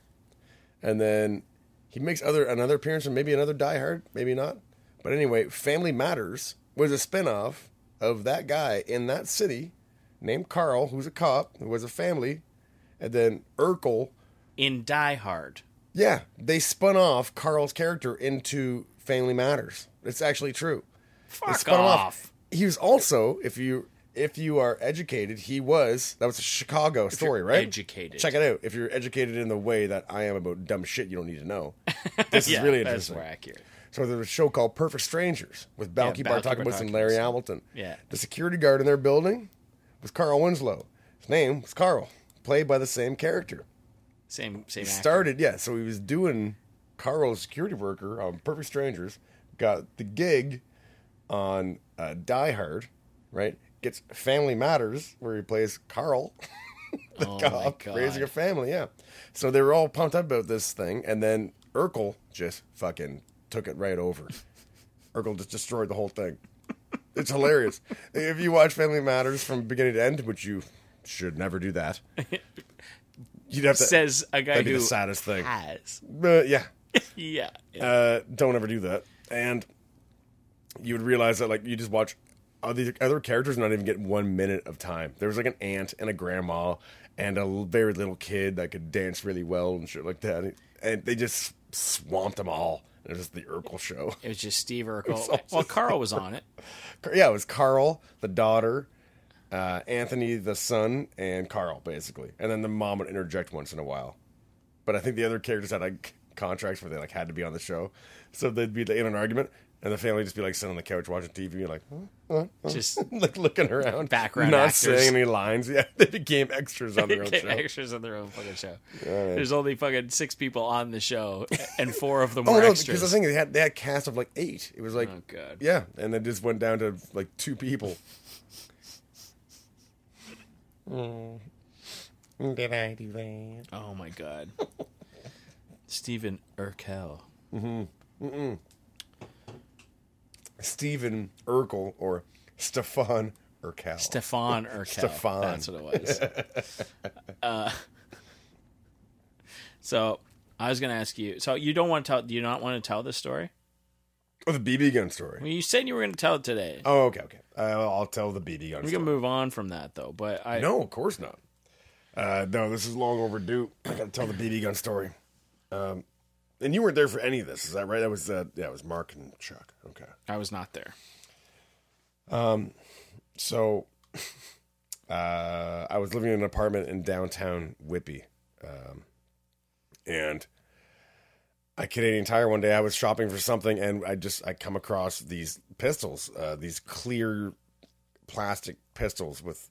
A: and then he makes other another appearance and maybe another Die Hard, maybe not. But anyway, Family Matters was a spinoff of that guy in that city named Carl, who's a cop, who has a family, and then Urkel.
B: In Die Hard.
A: Yeah, they spun off Carl's character into Family Matters. It's actually true. They
B: Fuck
A: spun him
B: off.
A: He was also, if you if you are educated, he was that was a Chicago story,
B: you're
A: right?
B: educated.
A: Check it out. If you're educated in the way that I am about dumb shit you don't need to know. This
B: yeah,
A: is really
B: that's
A: interesting.
B: more accurate.
A: So there was a show called Perfect Strangers with Balky
B: Yeah, Balky
A: Bartakibus and
B: Bartakibus.
A: Larry Hamilton.
B: Yeah.
A: The security guard in their building was Carl Winslow. His name was Carl, played by the same character.
B: Same same.
A: He
B: actor.
A: started, yeah. So he was doing Carl's security worker on Perfect Strangers, got the gig on uh, Die Hard, right? Gets Family Matters, where he plays Carl, the
B: Oh my
A: cop, raising
B: God.
A: a family, yeah. So they were all pumped up about this thing, and then Urkel just fucking took it right over. Urkel just destroyed the whole thing. It's hilarious. if you watch Family Matters from beginning to end, which you should never do that, you'd have to.
B: Says a guy
A: That'd be
B: who
A: the saddest thing.
B: has.
A: Uh, yeah.
B: Yeah.
A: Uh, don't ever do that. And you would realize that, like, you just watch other, other characters not even get one minute of time. There was, like, an aunt and a grandma and a l- very little kid that could dance really well and shit like that. And they just swamped them all. It was just the Urkel show.
B: It was just Steve Urkel. Well, Carl was on it.
A: Yeah, it was Carl, the daughter, uh, Anthony, the son, and Carl, basically. And then the mom would interject once in a while. But I think the other characters had like contracts where they like had to be on the show, so they'd be in an argument, and the family would just be like sitting on the couch watching TV, like huh? Huh? Huh?
B: Just
A: like looking around,
B: Background
A: not
B: actors.
A: saying any lines. Yeah, they became extras on their own
B: Get
A: show.
B: extras on their own fucking show. There's only fucking six people on the show, and four of them
A: Oh
B: were
A: no, because
B: extras.
A: the thing is, they had they had a cast of like eight. It was like
B: Oh, God.
A: yeah, and it just went down to like two people. Did I do that?
B: Oh my god. Stephen Urkel.
A: Stephen Urkel or Stefan Urkel.
B: Stefan Urkel.
A: Stefan.
B: That's what it was. uh, so I was gonna ask you so you don't want to tell do you not want to tell this story?
A: oh, the BB gun story.
B: Well you said you were gonna tell it today.
A: Oh, okay, okay. Uh, I'll tell the BB gun.
B: we
A: story.
B: can move on from that though, but I
A: No, of course not. Uh, no, this is long overdue. I got to tell the BB gun story. Um, and you weren't there for any of this, is that right? That was uh, yeah, it was Mark and Chuck. Okay.
B: I was not there.
A: So, uh, I was living in an apartment in downtown Whippy, um, and I Canadian Tire one day. I was shopping for something, and I just I come across these pistols, uh, these clear plastic pistols with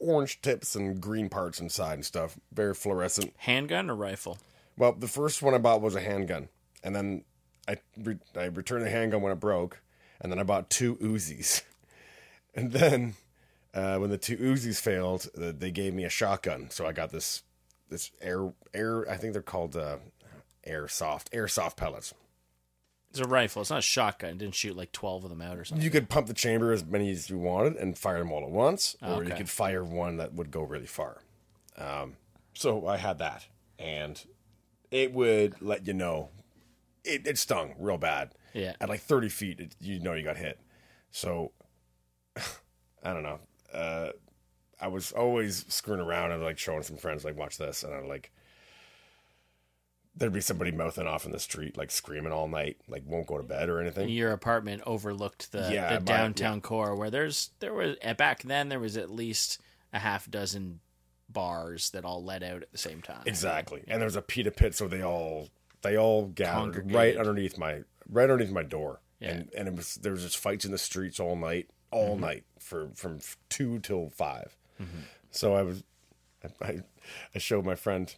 A: orange tips and green parts inside and stuff, very fluorescent.
B: Handgun or rifle?
A: Well, the first one I bought was a handgun, and then I re- I returned the handgun when it broke, and then I bought two Uzis, and then uh, when the two Uzis failed, uh, they gave me a shotgun, so I got this this air air I think they're called uh, airsoft airsoft pellets.
B: It's a rifle, it's not a shotgun. It didn't shoot like twelve of them out or something.
A: You could pump the chamber as many as you wanted and fire them all at once, or you
B: Okay.
A: could fire one that would go really far. Um, so I had that, and it would let you know it, it stung real bad.
B: Yeah.
A: At like 30 feet, it, you know you got hit. So I don't know. Uh, I was always screwing around and like showing some friends, like, watch this. And I like there'd be somebody mouthing off in the street, like screaming all night, like won't go to bed or anything.
B: Your apartment overlooked the,
A: Yeah,
B: the
A: my-
B: downtown core, where there's there was eh, back then there was at least a half dozen bars that all let out at the same time.
A: Exactly. And there was a pita pit, so they all they all gathered
B: Congregated.
A: right underneath my right underneath my door.
B: Yeah.
A: And and it was there was just fights in the streets all night, all night for from two till 5 So I was I I showed my friend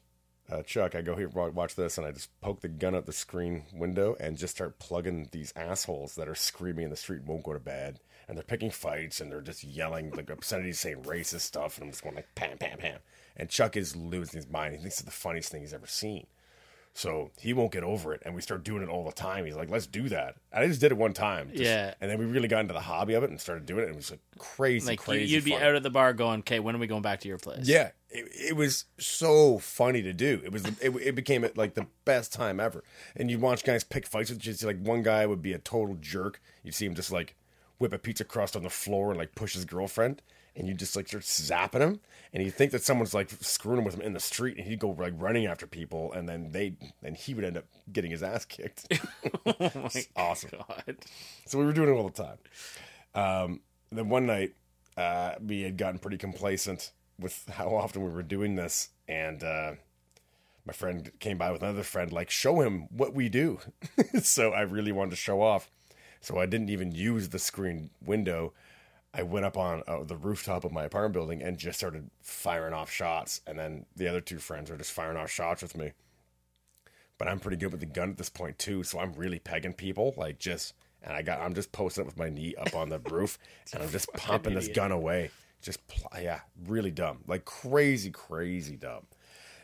A: uh, Chuck. I go here, wa- watch this, and I just poke the gun out the screen window and just start plugging these assholes that are screaming in the street, won't go to bed, and they're picking fights and they're just yelling like obscenities, saying racist stuff, and I'm just going like pam, pam, pam. And Chuck is losing his mind. He thinks it's the funniest thing he's ever seen. So he won't get over it, and we start doing it all the time. He's like, "Let's do that." And I just did it one time, just-
B: Yeah.
A: And then we really got into the hobby of it and started doing it, and it was like crazy,
B: Like you,
A: crazy.
B: you'd be
A: fun.
B: out of the bar going, "Okay, when are we going back to your place?"
A: Yeah, it, it was so funny to do. It was it, it became like the best time ever. And you'd watch guys pick fights with just like one guy would be a total jerk. You'd see him just like whip a pizza crust on the floor and like push his girlfriend. And you just like start zapping him, and you think that someone's like screwing with him in the street, and he'd go like running after people, and then they, and he would end up getting his ass kicked. It's awesome.
B: Oh God.
A: So we were doing it all the time. Um, then one night, uh, we had gotten pretty complacent with how often we were doing this, and uh, my friend came by with another friend, like, show him what we do. so I really wanted to show off. So I didn't even use the screen window. I went up on uh, the rooftop of my apartment building and just started firing off shots. And then the other two friends were just firing off shots with me but I'm pretty good with the gun at this point too, so I'm really pegging people like just and I got I'm just posting up with my knee up on the roof and I'm just pumping this gun away. Just pl- yeah, really dumb. Like crazy crazy dumb.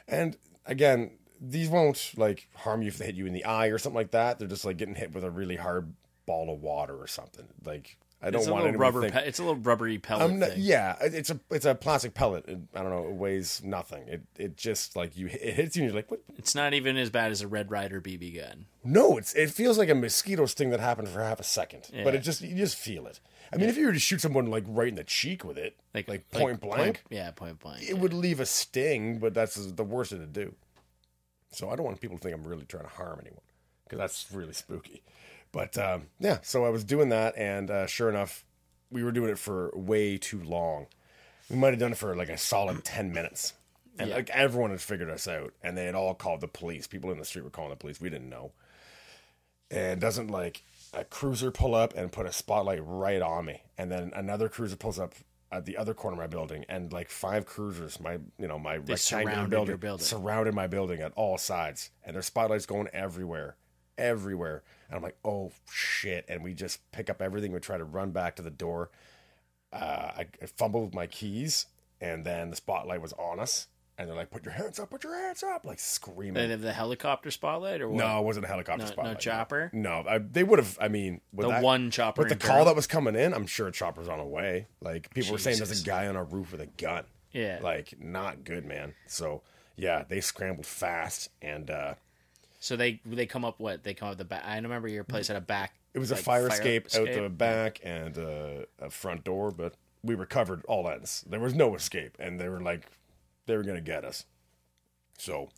A: And again, these won't like harm you if they hit you in the eye or something like that. They're just like getting hit with a really hard ball of water or something. Like I don't
B: It's a
A: want
B: little
A: anyone to
B: rubber.
A: think
B: Pe- it's a little rubbery pellet
A: I'm not,
B: thing.
A: yeah, it- it's a it's a plastic pellet. It, I don't know. It weighs nothing. It it just like you it hits you and you're like, what
B: It's not even as bad as a Red Rider BB gun.
A: No, it's it feels like a mosquito sting that happened for half a second, but
B: Yeah.
A: it just you just feel it. I mean, if you were to shoot someone like right in the cheek with it, like, point blank,
B: yeah, point blank.
A: it would leave a sting, but that's the worst thing to do. So I don't want people to think I'm really trying to harm anyone because that's really spooky. But um, yeah, so I was doing that, and uh, sure enough, we were doing it for way too long. We might have done it for like a solid ten minutes, and like everyone had figured us out, and they had all called the police. People in the street were calling the police. We didn't know, and doesn't like a cruiser pull up and put a spotlight right on me, and then another cruiser pulls up at the other corner of my building, and like five cruisers, my you know my rectangular
B: surrounded
A: building,
B: your building.
A: surrounded my building at all sides, and their spotlights going everywhere, everywhere, and I'm like, oh shit, and we just pick up everything, we try to run back to the door, uh, I, I fumbled with my keys, and then the spotlight was on us. And they're like, "Put your hands up! Put your hands up!" Like
B: They
A: screaming.
B: have the helicopter spotlight or what?
A: No, it wasn't a helicopter
B: no,
A: spotlight.
B: no chopper.
A: No, I, they would have. I mean, with
B: The
A: that-
B: one chopper.
A: with the
B: in
A: call
B: Durham.
A: that was coming in, I'm sure a chopper's on the way. Like people were saying, there's
B: Jesus.
A: a guy on a roof with a gun.
B: Yeah.
A: Like not good, man. So yeah, they scrambled fast, and uh,
B: So they they come up what they come up the back. I remember your place had a back.
A: it was a
B: like,
A: fire, escape, out the back and uh, a front door, but we recovered all ends. There was no escape, and they were like, they were gonna get us. So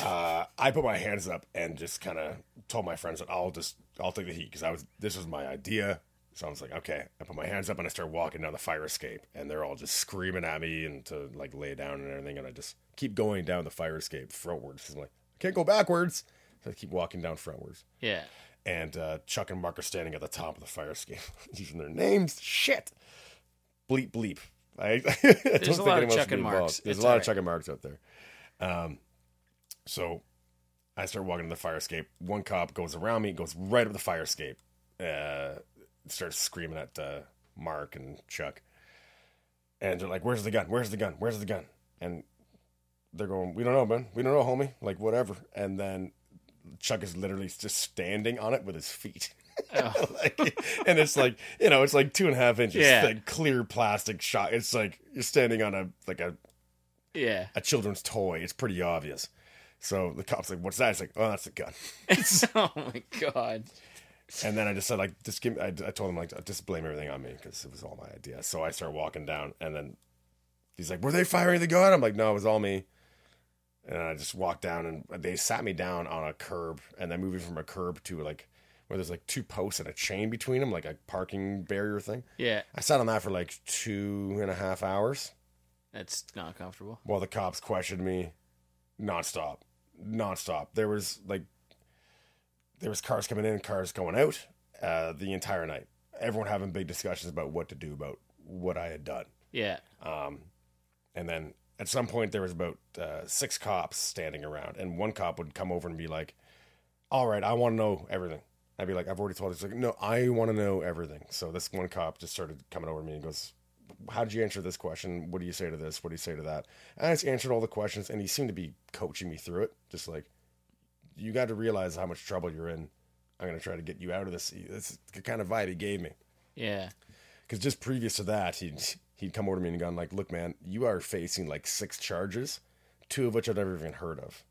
A: uh, I put my hands up and just kind of told my friends that I'll just I'll take the heat because I was this was my idea. So I was like, okay. I put my hands up and I start walking down the fire escape, and they're all just screaming at me and to like lay down and everything, and I just keep going down the fire escape frontwards. 'cause I'm like, I can't go backwards. So I keep walking down frontwards
B: Yeah.
A: and uh, Chuck and Mark are standing at the top of the fire escape using their names. Shit. Bleep bleep. I, I don't think
B: a lot
A: anyone
B: of
A: else
B: Chuck
A: should be
B: and Marks.
A: involved. There's
B: It's
A: a lot
B: all
A: of Chuck and Marks out there. Um, so I start walking to the fire escape. One cop goes around me, goes right up the fire escape, uh, starts screaming at uh, Mark and Chuck. And they're like, "Where's the gun? Where's the gun? Where's the gun?" And they're going, "We don't know, man. We don't know, homie. Like whatever." And then Chuck is literally just standing on it with his feet.
B: Oh,
A: Like, and it's like you know, it's like two and a half inches
B: Yeah.
A: thick, clear plastic shot. It's like you're standing on a like a,
B: Yeah.
A: a children's toy. It's pretty obvious. So the cop's like, "What's that?" It's like, "Oh, that's a gun."
B: oh my god.
A: And then I just said, like, just give me, I, I told him, like, just blame everything on me because it was all my idea. So I started walking down, and then he's like, were they firing the gun? I'm like, no, it was all me. And I just walked down and they sat me down on a curb and then moving from a curb to like where there's like two posts and a chain between them, like a parking barrier thing.
B: Yeah,
A: I sat on that for like two and a half hours
B: that's not comfortable.
A: while the cops questioned me nonstop. Nonstop. There was like there was cars coming in and cars going out uh, the entire night. Everyone having big discussions about what to do about what I had done.
B: Yeah,
A: Um, And then at some point, there was about uh, six cops standing around, and one cop would come over and be like, "All right, I want to know everything." I'd be like, "I've already told." you." He's like, "No, I want to know everything." So this one cop just started coming over to me and goes, "How did you answer this question? What do you say to this? What do you say to that?" And I just answered all the questions, and he seemed to be coaching me through it, just like, "You got to realize how much trouble you're in. I'm gonna try to get you out of this." This is the kind of vibe he gave me
B: yeah,
A: because just previous to that, he'd he'd come over to me and gone like, "Look, man, you are facing like six charges, two of which I've never even heard of.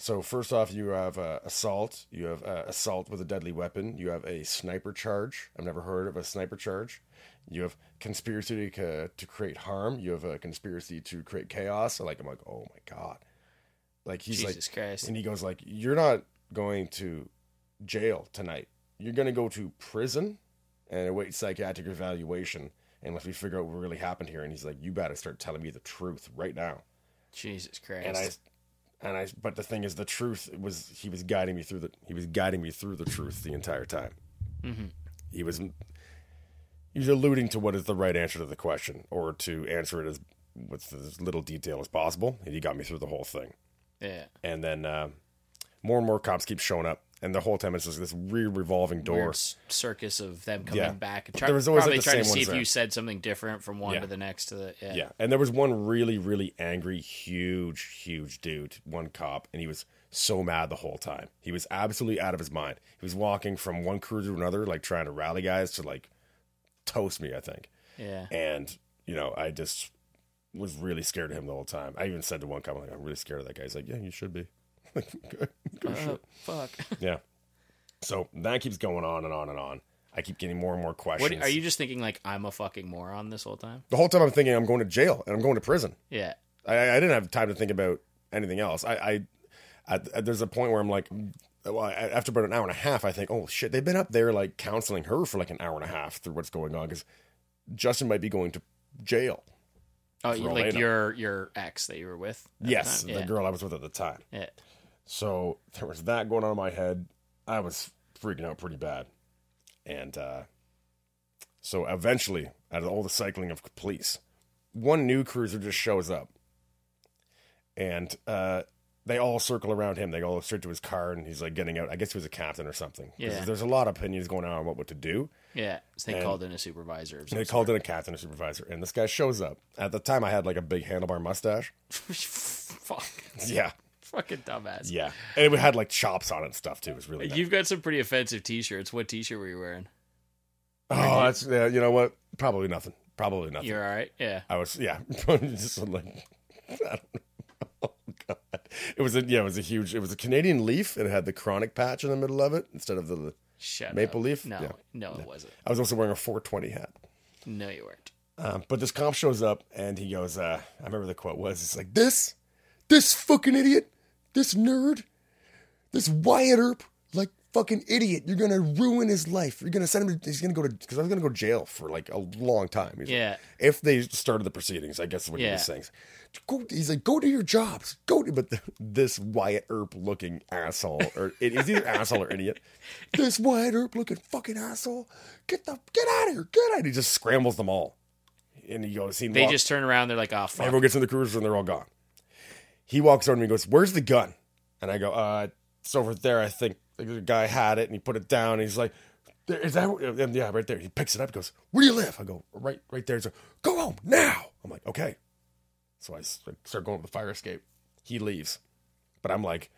A: So first off, you have uh, assault, you have uh, assault with a deadly weapon, you have a sniper charge. I've never heard of a sniper charge. You have conspiracy to, to create harm. You have a conspiracy to create chaos. And, like I'm like, oh my god, like he's like,
B: Jesus Christ.
A: and he goes like, "You're not going to jail tonight. You're going to go to prison and await psychiatric evaluation unless we figure out what really happened here." And he's like, "You better start telling me the truth right now."
B: Jesus Christ.
A: And I and I but the thing is the truth was he was guiding me through the he was guiding me through the truth the entire time. He was he was alluding to what is the right answer to the question or to answer it as with as little detail as possible. And he got me through the whole thing
B: yeah,
A: and then uh, more and more cops keep showing up, and the whole time it's just this weird revolving door.
B: Weird s- circus of them coming
A: Yeah.
B: back. And
A: there was always, like,
B: probably
A: the
B: trying to
A: same
B: see
A: ones
B: if
A: there.
B: you said something different from one
A: Yeah.
B: to the next to the yeah.
A: Yeah, and there was one really, really angry, huge, huge dude, one cop, and he was so mad the whole time. He was absolutely out of his mind. He was walking from one crew to another, like trying to rally guys to like toast me, I think.
B: yeah.
A: And you know, I just was really scared of him the whole time. I even said to one cop, "I'm like, I'm really scared of that guy." He's like, "Yeah, you should be." Like, okay, go
B: Oh, fuck.
A: Yeah. So that keeps going on and on and on. I keep getting more and more questions.
B: What are you just thinking? Like I'm a fucking moron this whole time.
A: The whole time I'm thinking I'm going to jail and I'm going to prison.
B: Yeah.
A: I, I didn't have time to think about anything else. I, I, at- at- there's a point where I'm like, well, I- after about an hour and a half, I think, oh shit, they've been up there like counseling her for like an hour and a half through what's going on because Justin might be going to jail.
B: Oh, you,
A: all
B: like
A: later.
B: your your ex that you were with. at the
A: yes,
B: time?
A: the
B: Yeah.
A: girl I was with at the time.
B: yeah.
A: So there was that going on in my head. I was freaking out pretty bad. And uh, so eventually, out of all the cycling of police, one new cruiser just shows up. And uh, they all circle around him. They all straight to his car, and he's like getting out. I guess he was a captain or something. 'Cause
B: Yeah.
A: There's a lot of opinions going on about what to do.
B: Yeah. So they
A: And-
B: called in a supervisor. Of
A: They called in a captain or supervisor, and this guy shows up. At the time, I had like a big handlebar mustache.
B: Fuck.
A: Yeah.
B: Fucking dumbass.
A: Yeah. And it had like chops on it and stuff, too. It was really nice.
B: You've got some pretty offensive T-shirts. What T-shirt were you wearing?
A: Oh, that's yeah, you know what? Probably nothing. Probably nothing.
B: You're all right. Yeah.
A: I was yeah, just like I don't know. Oh god, it was a yeah, it was a huge. It was a Canadian leaf. and It had the chronic patch in the middle of it instead of the.
B: Shut
A: Maple
B: up.
A: leaf?
B: No.
A: Yeah.
B: No, it wasn't.
A: I was also wearing a 420 hat.
B: No, you weren't.
A: Um, but this cop shows up and he goes, uh, I remember the quote was, it's like, this, this fucking idiot, this nerd, this Wyatt Earp, like fucking idiot, you're going to ruin his life. You're going to send him, to, he's going to go to, because I was going to go to jail for like a long time. He's like,
B: Yeah.
A: if they started the proceedings, I guess is what he was
B: Yeah.
A: saying. Go, he's like, go to your jobs. Go to, but the, this Wyatt Earp looking asshole, or it is either asshole or idiot. This Wyatt Earp looking fucking asshole. Get the, get out of here. Get out. He just scrambles them all and he goes, he
B: They
A: walks-
B: just turn around. They're like, "Oh fuck."
A: everyone gets in the cruiser and they're all gone. He walks over to me and goes, "Where's the gun?" And I go, "Uh, it's over there. I think the guy had it and he put it down." And he's like, there, "Is that?" where-" And yeah, right there. He picks it up. He goes, "Where do you live?" I go, "Right, right there." He's like, "Go home now." I'm like, "Okay." So I s- start going to the fire escape. He leaves, but I'm like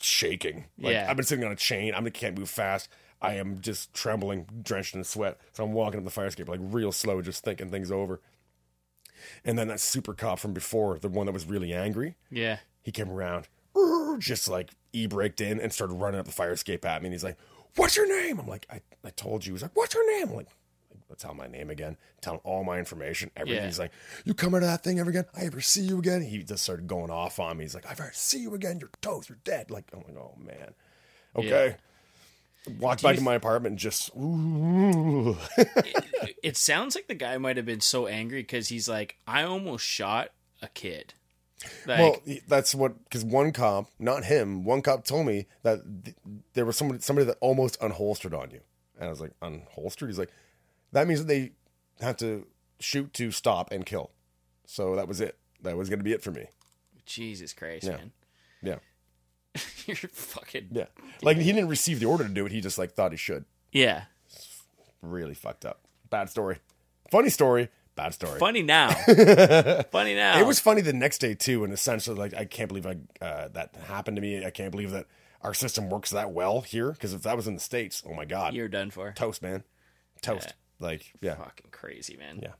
A: shaking. Like,
B: Yeah.
A: I've been sitting on a chain. I am can't move fast. I am just trembling, drenched in sweat. So I'm walking up the fire escape like real slow, just thinking things over. And then that super cop from before, the one that was really angry,
B: Yeah.
A: he came around, "Urgh," just like e braked in and started running up the fire escape at me. And he's like, What's your name? I'm like, I, I told you. He's like, What's your name? I'm like, tell my name again, tell him all my information, everything. He's like, "You come into that thing ever again? I ever see you again?" He just started going off on me. He's like, "I've ever see you again. You're toast. You're dead." Like, I'm like, "Oh man, okay." Walked back to my apartment and just ooh.
B: It sounds like the guy might have been so angry because he's like, I almost shot a kid. Like,
A: well, he- that's what because one cop, not him, one cop told me that th- there was somebody somebody that almost unholstered on you, and I was like, unholstered. He's like, that means that they have to shoot to stop and kill. So that was it. That was going to be it for me.
B: Jesus Christ,
A: Yeah.
B: man.
A: Yeah,
B: You're fucking. Yeah.
A: yeah. Like he didn't receive the order to do it. He just like thought he should. Really fucked up. Bad story. Funny story. Bad story.
B: Funny now. Funny now.
A: It was funny the next day too, and essentially like I can't believe I uh, that happened to me. I can't believe that our system works that well here. Because if that was in the states, oh my god,
B: You're done for.
A: toast, man, toast. Like yeah,
B: Fucking crazy, man.
A: yeah.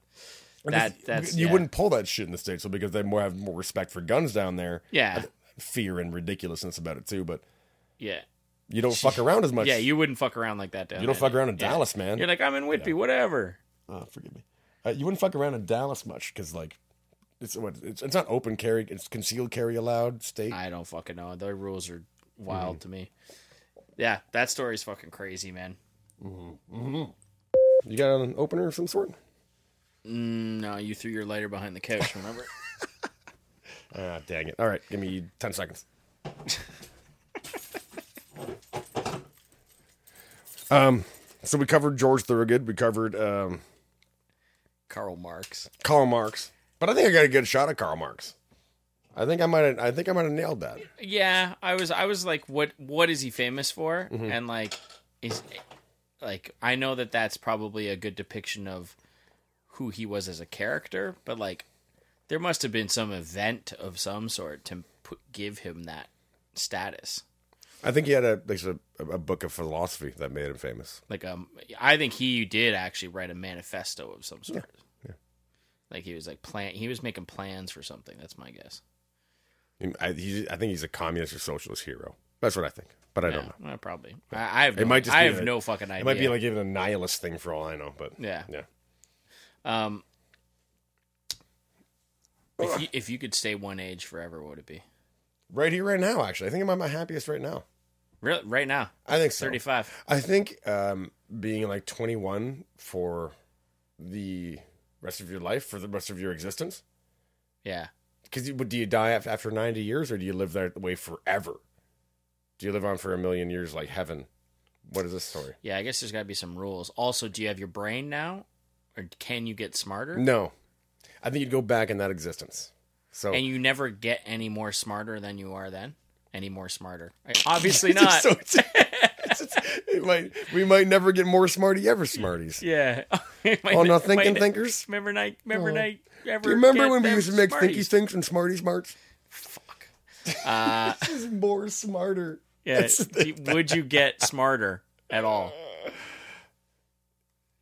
B: That- that's-
A: you
B: yeah.
A: wouldn't pull that shit in the states, so because they more have more respect for guns down there.
B: Yeah.
A: fear and ridiculousness about it too. But
B: Yeah.
A: you don't fuck around as much.
B: Yeah, you wouldn't fuck around like that down
A: You don't
B: there.
A: fuck around in Dallas, man.
B: You're like, I'm in Whitby, whatever.
A: oh, forgive me. Uh, you wouldn't fuck around in Dallas much because like. It's, what- it's it's not open carry. It's concealed carry allowed state.
B: I don't fucking know. Their rules are wild
A: Mm-hmm.
B: to me. Yeah, that story's fucking crazy, man.
A: You got an opener of some sort?
B: No, you threw your lighter behind the couch, remember?
A: Ah, dang it. All right, give me 10 seconds. um, so we covered George Thorogood, we covered um,
B: Karl Marx.
A: Karl Marx, but I think I got a good shot at Karl Marx. I think I might have, I think I might have nailed that.
B: Yeah, I was I was like what what is he famous for?
A: Mm-hmm.
B: And like is like I know that that's probably a good depiction of who he was as a character, but like there must have been some event of some sort to put, give him that status.
A: I think he had a like a, a book of philosophy that made him famous.
B: like um i think he did actually write a manifesto of some sort like he was like plan he was making plans for something that's my guess
A: I, he, I think he's a communist or socialist hero. That's what I think, but I don't know.
B: Well, probably I, I have no,
A: might just
B: i
A: be
B: have
A: a-
B: no fucking idea
A: It might be like even a nihilist thing for all I know, but
B: yeah
A: yeah.
B: um if you, if you could stay one age forever what would it be
A: Right here, right now, actually. I think I'm at my happiest right now.
B: Real, right now
A: I think so.
B: 35
A: I think um, being like 21 for the rest of your life, for the rest of your existence,
B: yeah
A: because do you die af- after 90 years or do you live that way forever? Do you live on for a million years like heaven? What is this story?
B: yeah i guess there's got to be some rules also do you have your brain now or can you get smarter
A: No. I think you'd go back in that existence. So
B: and you never get any more smarter than you are then any more smarter obviously not
A: So it's- it's- it's- it might, we might never get more smarty ever smarties.
B: Yeah.
A: Oh, no, thinking thinkers?
B: Remember night? Remember night?
A: Oh. Do you remember when we used to make thinky stinks and smarty smarts?
B: Fuck. Uh,
A: This is more smarter.
B: yeah. do- would you get smarter at all?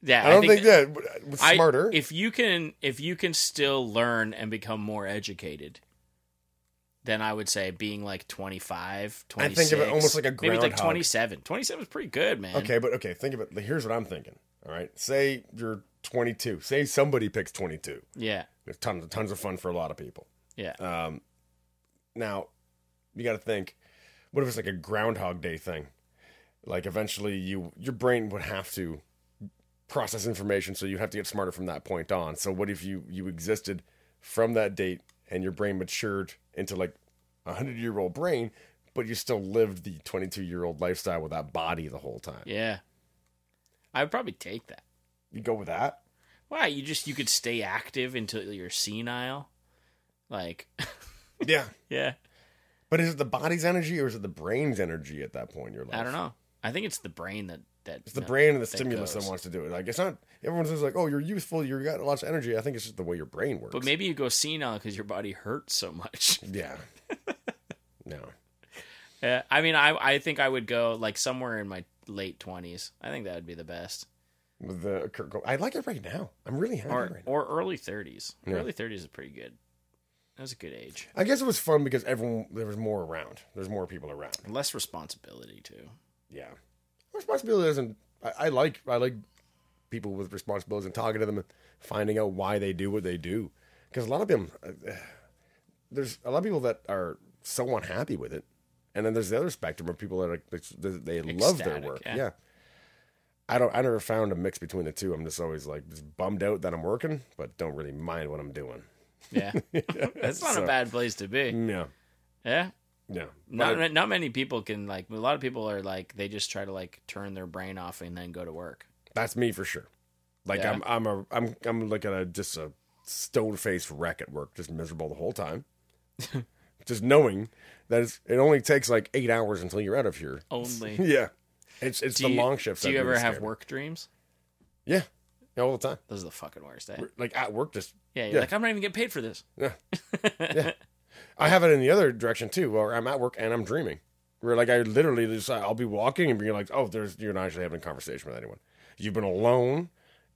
B: Yeah,
A: I don't think, that that
B: I-
A: smarter.
B: if you can, if you can still learn and become more educated, then I would say being like
A: I
B: 25, 26.
A: think of it almost like a
B: maybe like
A: groundhog.
B: 27. 27 is pretty good, man.
A: Okay, but okay, think of it. Here's what I'm thinking. All right, say you're 22. Say somebody picks 22.
B: Yeah.
A: There's tons, tons of fun for a lot of people.
B: Yeah.
A: Um, now, you got to think. What if it's like a Groundhog Day thing? Like eventually, you your brain would have to process information, so you have to get smarter from that point on. So what if you you existed from that date and your brain matured into like a hundred year old brain, but you still lived the 22 year old lifestyle with that body the whole time?
B: Yeah. I would probably take that.
A: You go with that.
B: Why? You just you could stay active until you're senile. Like
A: Yeah.
B: yeah,
A: But is it the body's energy or is it the brain's energy at that point in your life?
B: I don't know. I think it's the brain that that
A: It's the brain and the
B: that
A: stimulus
B: goes.
A: that wants to do it. Like it's not everyone's just like, oh, you're youthful, you got lots of energy. I think it's just the way your brain works.
B: But maybe you go senile because your body hurts so much.
A: yeah. no.
B: Yeah, I mean, I I think I would go like somewhere in my late twenties. I think that would be the best,
A: With The Kurt Cobain- I like it right now. I'm really happy
B: or
A: right now.
B: or early thirties. Early thirties is pretty good. That was a good age.
A: I guess it was fun because everyone there was more around. There's more people around.
B: And Less responsibility too.
A: Yeah. Responsibility doesn't I, I like I like people with responsibilities and talking to them and finding out why they do what they do. Because a lot of them, uh, there's a lot of people that are so unhappy with it, and then there's the other spectrum of people that are, they, they love their
B: Ecstatic,
A: work.
B: yeah.
A: yeah. I don't. I never found a mix between the two. I'm just always like just bummed out that I'm working, but don't really mind what I'm doing.
B: Yeah, that's not
A: So- Mm.
B: a bad place to be.
A: Yeah,
B: Yeah,
A: yeah.
B: not
A: But it-
B: not many people can like. A lot of people are like they just try to like turn their brain off and then go to work.
A: that's me for sure. Like
B: Yeah.
A: I'm, I'm a, I'm, I'm looking at a, just a stone faced wreck at work, just miserable the whole time. just knowing that it's, it only takes like eight hours until you're out of here.
B: Only.
A: Yeah, it's it's
B: Do
A: the
B: you-
A: long shifts.
B: Do
A: that
B: you ever
A: really
B: have
A: scare me.
B: work dreams?
A: Yeah, yeah, all the time.
B: Those are the fucking worst. Eh?
A: Like at work, just
B: Yeah, you're
A: yeah.
B: like I'm not even getting paid for this.
A: Yeah. yeah. I have it in the other direction too, where I'm at work and I'm dreaming. Where like I literally just I'll be walking and be like, oh, there's you're not actually having a conversation with anyone. You've been alone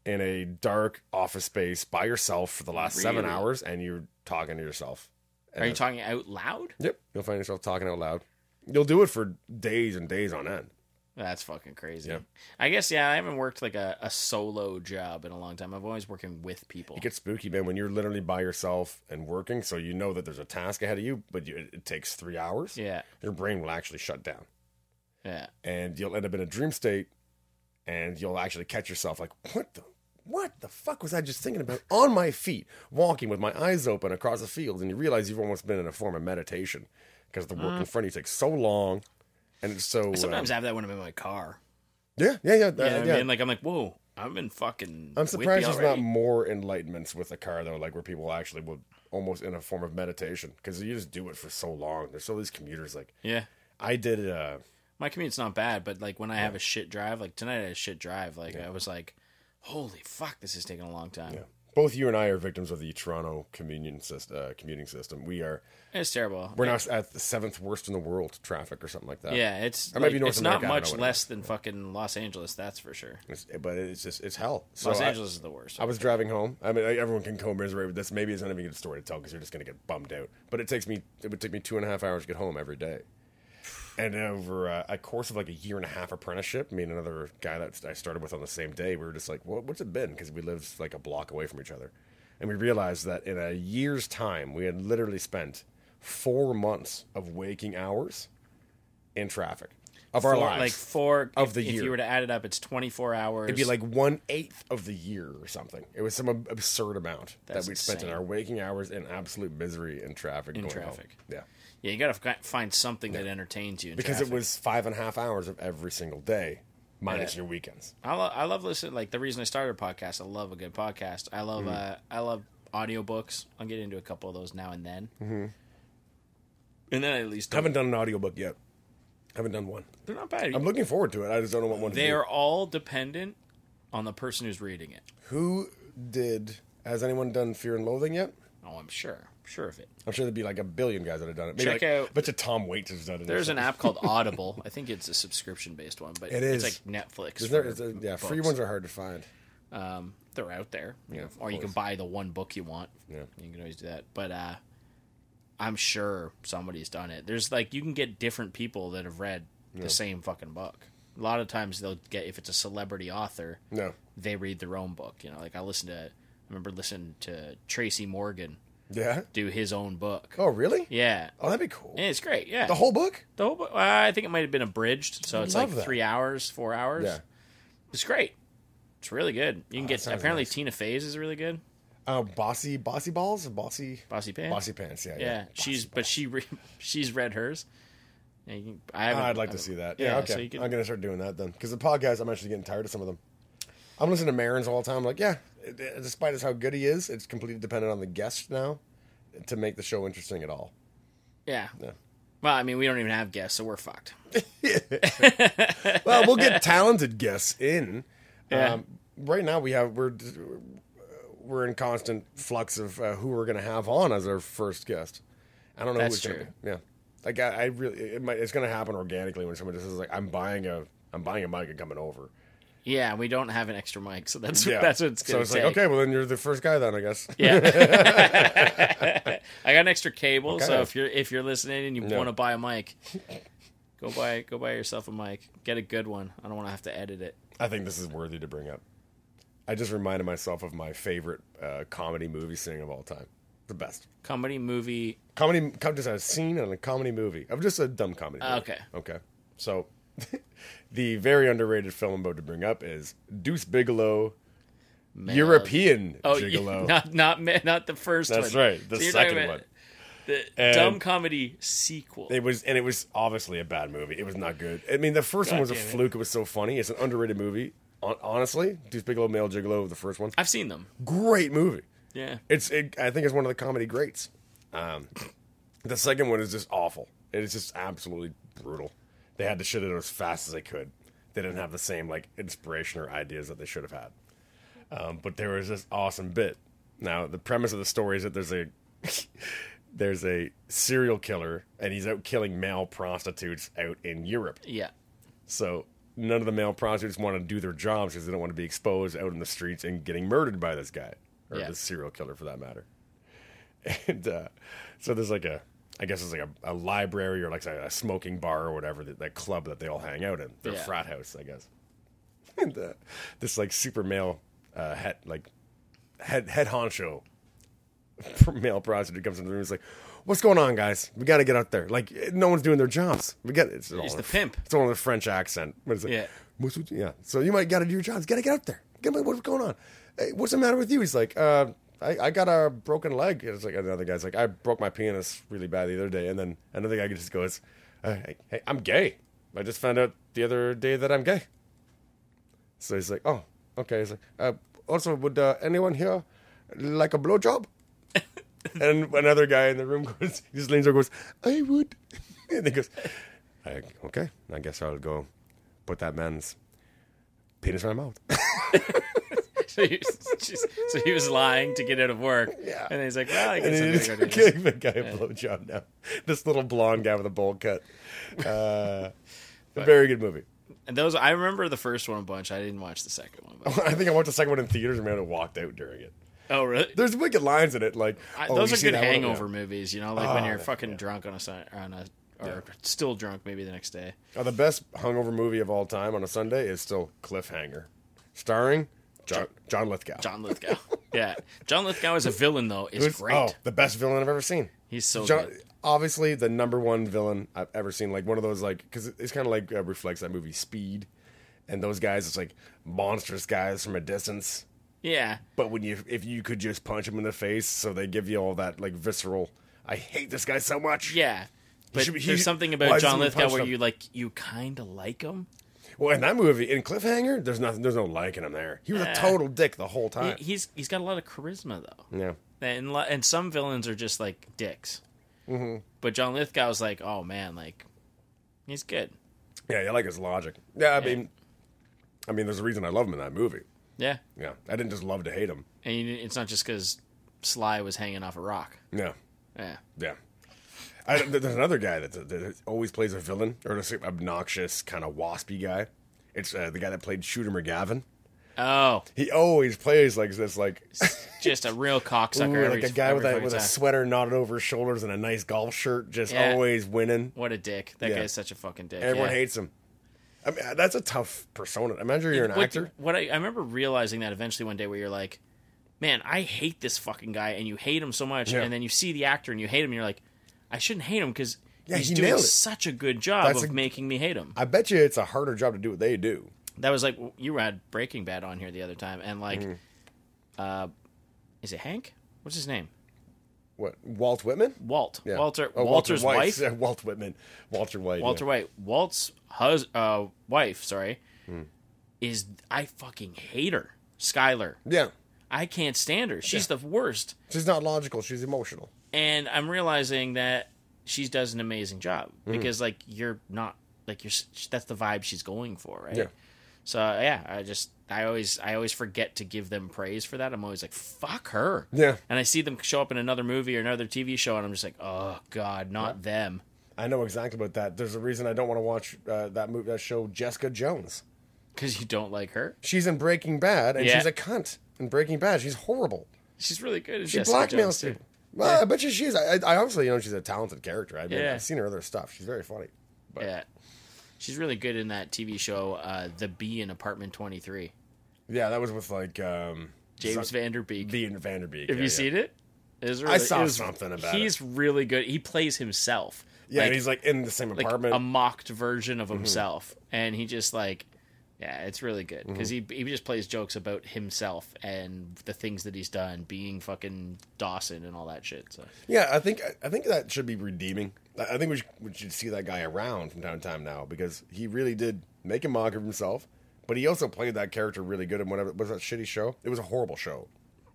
A: in a dark office space by yourself for the last seven
B: Really?
A: hours and you're talking to yourself. And
B: Are you
A: that's-
B: talking out loud?
A: Yep. You'll find yourself talking out loud. You'll do it for days and days on end.
B: That's fucking crazy.
A: Yeah.
B: I guess yeah. I haven't worked like a, a solo job in a long time. I've always working with people.
A: It gets spooky, man, when you're literally by yourself and working, so you know that there's a task ahead of you, but you, it, it takes three hours.
B: yeah,
A: Your brain will actually shut down.
B: yeah.
A: and you'll end up in a dream state and you'll actually catch yourself like what the what the fuck was I just thinking about on my feet walking with my eyes open across a field and you realize you've almost been in a form of meditation because the work in front of you takes so long and it's so
B: Mm. Sometimes
A: um,
B: I have that when I'm in my car.
A: yeah yeah yeah,
B: You
A: uh,
B: know what
A: yeah.
B: I mean? Like I'm like, whoa, I'm in fucking.
A: I'm surprised
B: Whitby
A: there's not
B: already.
A: more enlightenments with a car though like where people actually would almost in a form of meditation because you just do it for so long there's all these commuters like
B: Yeah,
A: I did uh
B: my commute's not bad, but like when I have a shit drive, like tonight I had a shit drive. Like I was like, holy fuck, this is taking a long time.
A: both you and I are victims of the Toronto communion system, uh, commuting system. We are
B: It's terrible.
A: We're now at the seventh worst in the world traffic or something like that.
B: yeah, it's
A: might
B: like,
A: be North
B: it's not
A: America, I don't know
B: much
A: what it
B: less than fucking Los Angeles. That's for sure.
A: It's- but it's just it's hell. So
B: Los
A: I,
B: Angeles is the worst.
A: I was driving home. I mean, I- everyone can co-miserate with this. Maybe it's not even a good story to tell because you're just going to get bummed out. But it takes me. It would take me two and a half hours to get home every day. And over uh, a course of like a year and a half apprenticeship, me and another guy that I started with on the same day, we were just like, "What? What's it been?" Because we lived like a block away from each other, and we realized that in a year's time, we had literally spent four months of waking hours in traffic of our
B: Four-
A: lives.
B: like four
A: Of
B: if-
A: the
B: If
A: year.
B: you were to add it up, it's 24 hours.
A: It'd be like one eighth of the year or something. It was some ab- absurd amount
B: That's
A: that we spent in
B: insane.
A: our waking hours in absolute misery in traffic. In
B: traffic.
A: yeah,
B: yeah, you gotta fi- find something that entertains you. in
A: because
B: traffic.
A: it was five and a half hours of every single day, minus
B: Yeah.
A: your weekends.
B: I, lo- I love listening. Like the reason I started a podcast, I love a good podcast. I love
A: Mm.
B: uh, I love audiobooks. I'll get into a couple of those now and then. Mm-hmm. And then I at least
A: I haven't done an audiobook yet. haven't done one.
B: they're not bad.
A: I'm looking forward to it. I just don't know what one. to
B: they
A: do.
B: are all dependent on the person who's reading it.
A: Who did? Has anyone done Fear and Loathing yet?
B: Oh, I'm sure, I'm sure of it.
A: I'm sure there'd be like a billion guys that have done it. Maybe
B: Check
A: like,
B: out-
A: A bunch of Tom Waits has done it. or
B: There's an
A: something.
B: app called Audible. I think it's a subscription based one, but
A: It is.
B: it's like Netflix.
A: Is there,
B: for
A: is there, yeah,
B: books.
A: free ones are hard to find.
B: Um, they're out there.
A: Yeah, of
B: or you can
A: course.
B: buy the one book you want.
A: Yeah.
B: You can always do that. But uh, I'm sure somebody's done it. There's like you can get different people that have read the same fucking book. A lot of times they'll get if it's a celebrity author,
A: No.
B: they read their own book. You know, like I listened to, I remember listening to Tracy Morgan
A: Yeah.
B: do his own book.
A: Oh really?
B: Yeah,
A: Oh, that'd be cool.
B: Yeah, it's great. Yeah,
A: The whole book?
B: the whole book. Uh, I think it might have been abridged, so it's like
A: love that.
B: three hours, four hours.
A: Yeah. Oh,
B: It's great. It's really good. You can get
A: sounds
B: apparently
A: nice.
B: Tina Fey's is really good.
A: Uh, bossy, bossy balls, bossy,
B: Bossy Pants.
A: bossy pants. Yeah,
B: Yeah, she's but she re- she's read hers. Yeah, you can- I haven't,
A: I'd like to
B: I haven't-
A: see that. Yeah, okay.
B: so you can-
A: I'm gonna start doing that then, because the podcast, I'm actually getting tired of some of them. I'm listening to Marin's all the time. like, yeah, it- it- despite as how good he is, it's completely dependent on the guest now to make the show interesting at all.
B: yeah.
A: Yeah.
B: Well, I mean, we don't even have guests, so we're fucked.
A: Well, we'll get talented guests in.
B: Yeah.
A: Um, right now, we have we're we're in constant flux of uh, who we're gonna have on as our first guest. I don't know
B: That's
A: who it's
B: true.
A: gonna be. Yeah, like I, I really, it might, it's gonna happen organically when someone just says like, "I'm buying a, I'm buying a mic and coming over."
B: Yeah, we don't have an extra mic, so that's
A: Yeah,
B: that's what it's
A: so
B: gonna
A: it's
B: take.
A: like okay, well then you're the first guy then I guess.
B: Yeah. I got an extra cable, so
A: Okay.
B: if you're if you're listening and you
A: Yeah.
B: want to buy a mic, go buy go buy yourself a mic. Get a good one. I don't want to have to edit it.
A: I think this is worthy to bring up. I just reminded myself of my favorite uh, comedy movie scene of all time. The best
B: Comedy movie.
A: comedy, com- just a scene in a comedy movie. Of just a dumb comedy. movie.
B: Okay.
A: Okay. So, the very underrated film I'm about to bring up is Deuce Bigelow, European
B: Oh, you-
A: Gigolo.
B: not not ma- not the first one.
A: That's right. The
B: So you're talking
A: second
B: about
A: one.
B: The
A: And-
B: dumb comedy sequel.
A: It was, and it was obviously a bad movie. It was not good. I mean, the first one was a
B: damn it.
A: fluke. It was so funny. It's an underrated movie. Hon- Honestly, Deuce Bigelow, Male Gigolo, the first one,
B: I've seen them.
A: great movie.
B: Yeah.
A: It's, it, I think, it's one of the comedy greats. Um, the second one is just awful. It is just absolutely brutal. They had to shit it out as fast as they could. They didn't have the same like inspiration or ideas that they should have had. Um, but there was this awesome bit. Now the premise of the story is that there's a there's a serial killer and he's out killing male prostitutes out in Europe.
B: Yeah.
A: So none of the male prostitutes want to do their jobs because they don't want to be exposed out in the streets and getting murdered by this guy or
B: Yeah.
A: this serial killer for that matter. And uh, so there's like a, I guess it's like a, a library or like a, a smoking bar or whatever that, that club that they all hang out in, their
B: Yeah.
A: frat house, I guess. And uh, this like super male uh, head like head head honcho male prostitute comes into the room. He's like, "What's going on, guys? We got to get out there. Like, no one's doing their jobs. We got it's all
B: He's
A: in
B: the
A: a-
B: pimp.
A: It's all in a French accent. But it's like,
B: Yeah.
A: "What's with- yeah. So you might got to do your jobs. Got to get out there. Get my, what's going on? Hey, what's the matter with you? He's like, uh, I, I got a broken leg. It's like another guy's like, I broke my penis really bad the other day, and then another guy just goes, uh, hey, hey, I'm gay. I just found out the other day that I'm gay. So he's like, oh, okay. He's like, uh, also, would uh, anyone here like a blowjob? and another guy in the room goes, he just leans over and goes, I would. and he goes, I, okay, I guess I'll go put that man's penis in my mouth.
B: So he, was just- so he was lying to get out of work.
A: Yeah.
B: And then he's like, well, I
A: and
B: guess I'm
A: he's
B: gonna go do this.
A: giving the guy a blowjob now. This little blonde guy with a bowl cut. Uh, very good movie.
B: And those, I remember the first one a bunch. I didn't watch the second one. But,
A: I think I watched the second one in theaters and man, I walked out during it.
B: oh, really?
A: There's wicked lines in it, like
B: I,
A: oh,
B: those
A: you
B: are
A: see
B: good
A: that one?
B: hangover
A: Yeah.
B: movies, you know, like when
A: Oh,
B: you're
A: that-
B: fucking drunk on a Sun- on a or still drunk maybe the next day.
A: Uh, the best hungover movie of all time on a Sunday is still Cliffhanger, starring John, John Lithgow.
B: John Lithgow. yeah, John Lithgow as a villain though is
A: Who's-
B: great.
A: Oh, the best villain I've ever seen.
B: He's so
A: John,
B: good.
A: obviously the number one villain I've ever seen. Like one of those like because it's kind of like uh, reflects that movie Speed, and those guys it's like monstrous guys from a distance.
B: Yeah,
A: But when you if you could just punch them in the face, so they give you all that like visceral. I hate this guy so much.
B: yeah. But
A: should be- he-
B: there's something
A: why
B: about John
A: doesn't he
B: Lithgow
A: punch
B: where
A: him?
B: you like you kind of like him.
A: Well, in that movie, in Cliffhanger, there's nothing. There's no liking him there. He was
B: Yeah.
A: a total dick the whole time.
B: He- he's he's got a lot of charisma though,
A: yeah.
B: and lo- and some villains are just like dicks.
A: Mm-hmm.
B: But John Lithgow's like, oh man, like he's good.
A: Yeah, I like his logic. Yeah, I mean, I mean, there's a reason I love him in that movie.
B: Yeah,
A: Yeah, I didn't just love to hate him.
B: and you, it's not just because Sly was hanging off a rock.
A: Yeah,
B: Yeah,
A: yeah. I, th- there's another guy that, that always plays a villain or this obnoxious kind of waspy guy. It's uh, the guy that played Shooter McGavin.
B: oh,
A: He always plays like this, like
B: just a real cocksucker.
A: Ooh,
B: every,
A: like a guy with
B: every
A: a,
B: fucking
A: with a
B: time.
A: sweater knotted over his shoulders and a nice golf shirt, just
B: Yeah.
A: always winning.
B: What a dick! That
A: Yeah.
B: guy's such a fucking dick.
A: Everyone
B: yeah.
A: hates him. I mean, uh, that's a tough persona. Imagine you're an
B: what,
A: actor.
B: What I, I remember realizing that eventually one day where you're like, man, I hate this fucking guy, and you hate him so much,
A: Yeah.
B: and then you see the actor and you hate him, and you're like, I shouldn't hate him because
A: Yeah,
B: he's
A: he
B: doing
A: nailed it.
B: such a good job
A: That's
B: of
A: a-
B: making me hate him.
A: I bet you it's a harder job to do what they do.
B: That was like you had Breaking Bad on here the other time, and like,
A: Mm-hmm.
B: uh, is it Hank? What's his name?
A: What Walt Whitman?
B: Walt.
A: Yeah.
B: Walter.
A: Oh,
B: Walter's
A: White.
B: wife.
A: Yeah, Walt Whitman. Walter White.
B: Walter White, Walt's hus- uh, wife, sorry, is I fucking hate her, Skylar.
A: Yeah. yeah.
B: I can't stand her. She's the worst.
A: She's not logical. She's emotional.
B: And I'm realizing that she does an amazing job
A: Mm-hmm.
B: because like you're not like you're s- that's the vibe she's going for, right?
A: Yeah.
B: So yeah, I just I always I always forget to give them praise for that. I'm always like fuck her.
A: Yeah.
B: And I see them show up in another movie or another TV show and I'm just like, "Oh god, not them."
A: I know exactly about that. There's a reason I don't want to watch uh, that movie, that show, Jessica Jones.
B: Cuz you don't like her.
A: She's in Breaking Bad, and
B: Yeah.
A: she's a cunt. In Breaking Bad, she's horrible.
B: She's really good.
A: She blackmails people. Well, I bet you she is. I, I obviously know she's a talented character. I mean,
B: Yeah.
A: I've seen her other stuff. She's very funny. But
B: Yeah. She's really good in that TV show, uh, The Bee in Apartment 23.
A: Yeah, that was with like um,
B: James
A: Van
B: Vanderbeek.
A: Van Vanderbeek. yeah,
B: Have you
A: yeah.
B: seen it? It is
A: I saw
B: it was-
A: something about it.
B: He's really good. He plays himself.
A: Yeah,
B: Like,
A: and he's like in the same
B: like
A: apartment. Mm-hmm.
B: a mocked version of himself, and he just like, yeah, it's really good
A: Mm-hmm.
B: because he he just plays jokes about himself and the things that he's done, being fucking Dawson and all that shit. So
A: yeah, I think I think that should be redeeming. I I think we should, we should see that guy around from time to time now because he really did make a mock of himself, but he also played that character really good in whatever was that shitty show. It was a horrible show,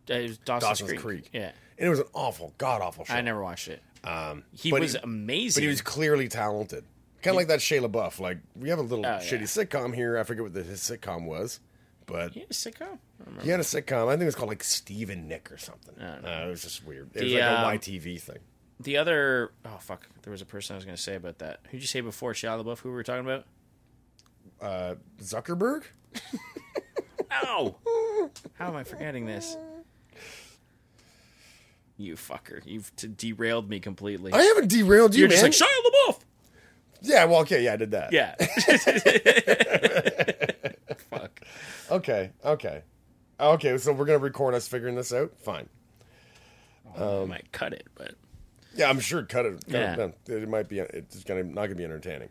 B: uh, it was Dawson's,
A: Dawson's Creek.
B: Yeah,
A: and it was an awful, god awful show.
B: I never watched it.
A: Um,
B: He
A: but
B: was
A: he-
B: amazing.
A: but he was clearly talented. Kind of like that Shia LaBeouf. Like we have a little
B: Oh, yeah.
A: shitty sitcom here. I forget what the, his sitcom was, but
B: Yeah, sitcom. I remember.
A: he had a sitcom. I think it was called like Steve and Nick or something. Uh, it was just weird. It was
B: The,
A: like
B: um,
A: a YTV thing.
B: The other oh fuck, there was a person I was gonna say about that. Who'd you say before Shia LaBeouf? Who we were talking about?
A: Zuckerberg?
B: Ow! How am I forgetting this? You fucker! You've t- derailed me completely.
A: I haven't derailed you,
B: You're
A: man.
B: just like Shia LaBeouf.
A: yeah, well, okay, yeah, I did that.
B: Yeah. Fuck.
A: Okay, okay, okay. So we're gonna record us figuring this out. Fine.
B: Um, I might cut it, but
A: Yeah, I'm sure. Cut it. Cut
B: Yeah.
A: it, down. it might be. It's gonna not gonna be entertaining.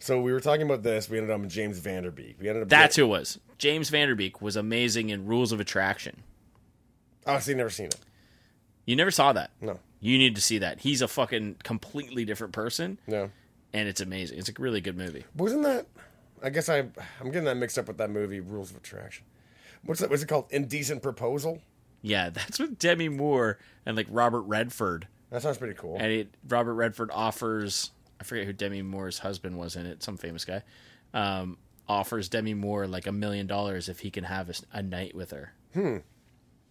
A: So we were talking about this. We ended up with James Vanderbeek. We ended up.
B: that's who it was. James Vanderbeek was amazing in Rules of Attraction.
A: Honestly, oh, never seen it.
B: You never saw that.
A: No,
B: You need to see that. He's a fucking completely different person,
A: no.
B: and it's amazing. It's a really good movie.
A: Wasn't that? I guess I I'm getting that mixed up with that movie Rules of Attraction. What's that? Was it called Indecent Proposal?
B: Yeah, that's with Demi Moore and like Robert Redford.
A: That sounds pretty cool.
B: And it, Robert Redford offers I forget who Demi Moore's husband was in it, some famous guy. Um, offers Demi Moore like a million dollars if he can have a, s- a night with her. Hmm.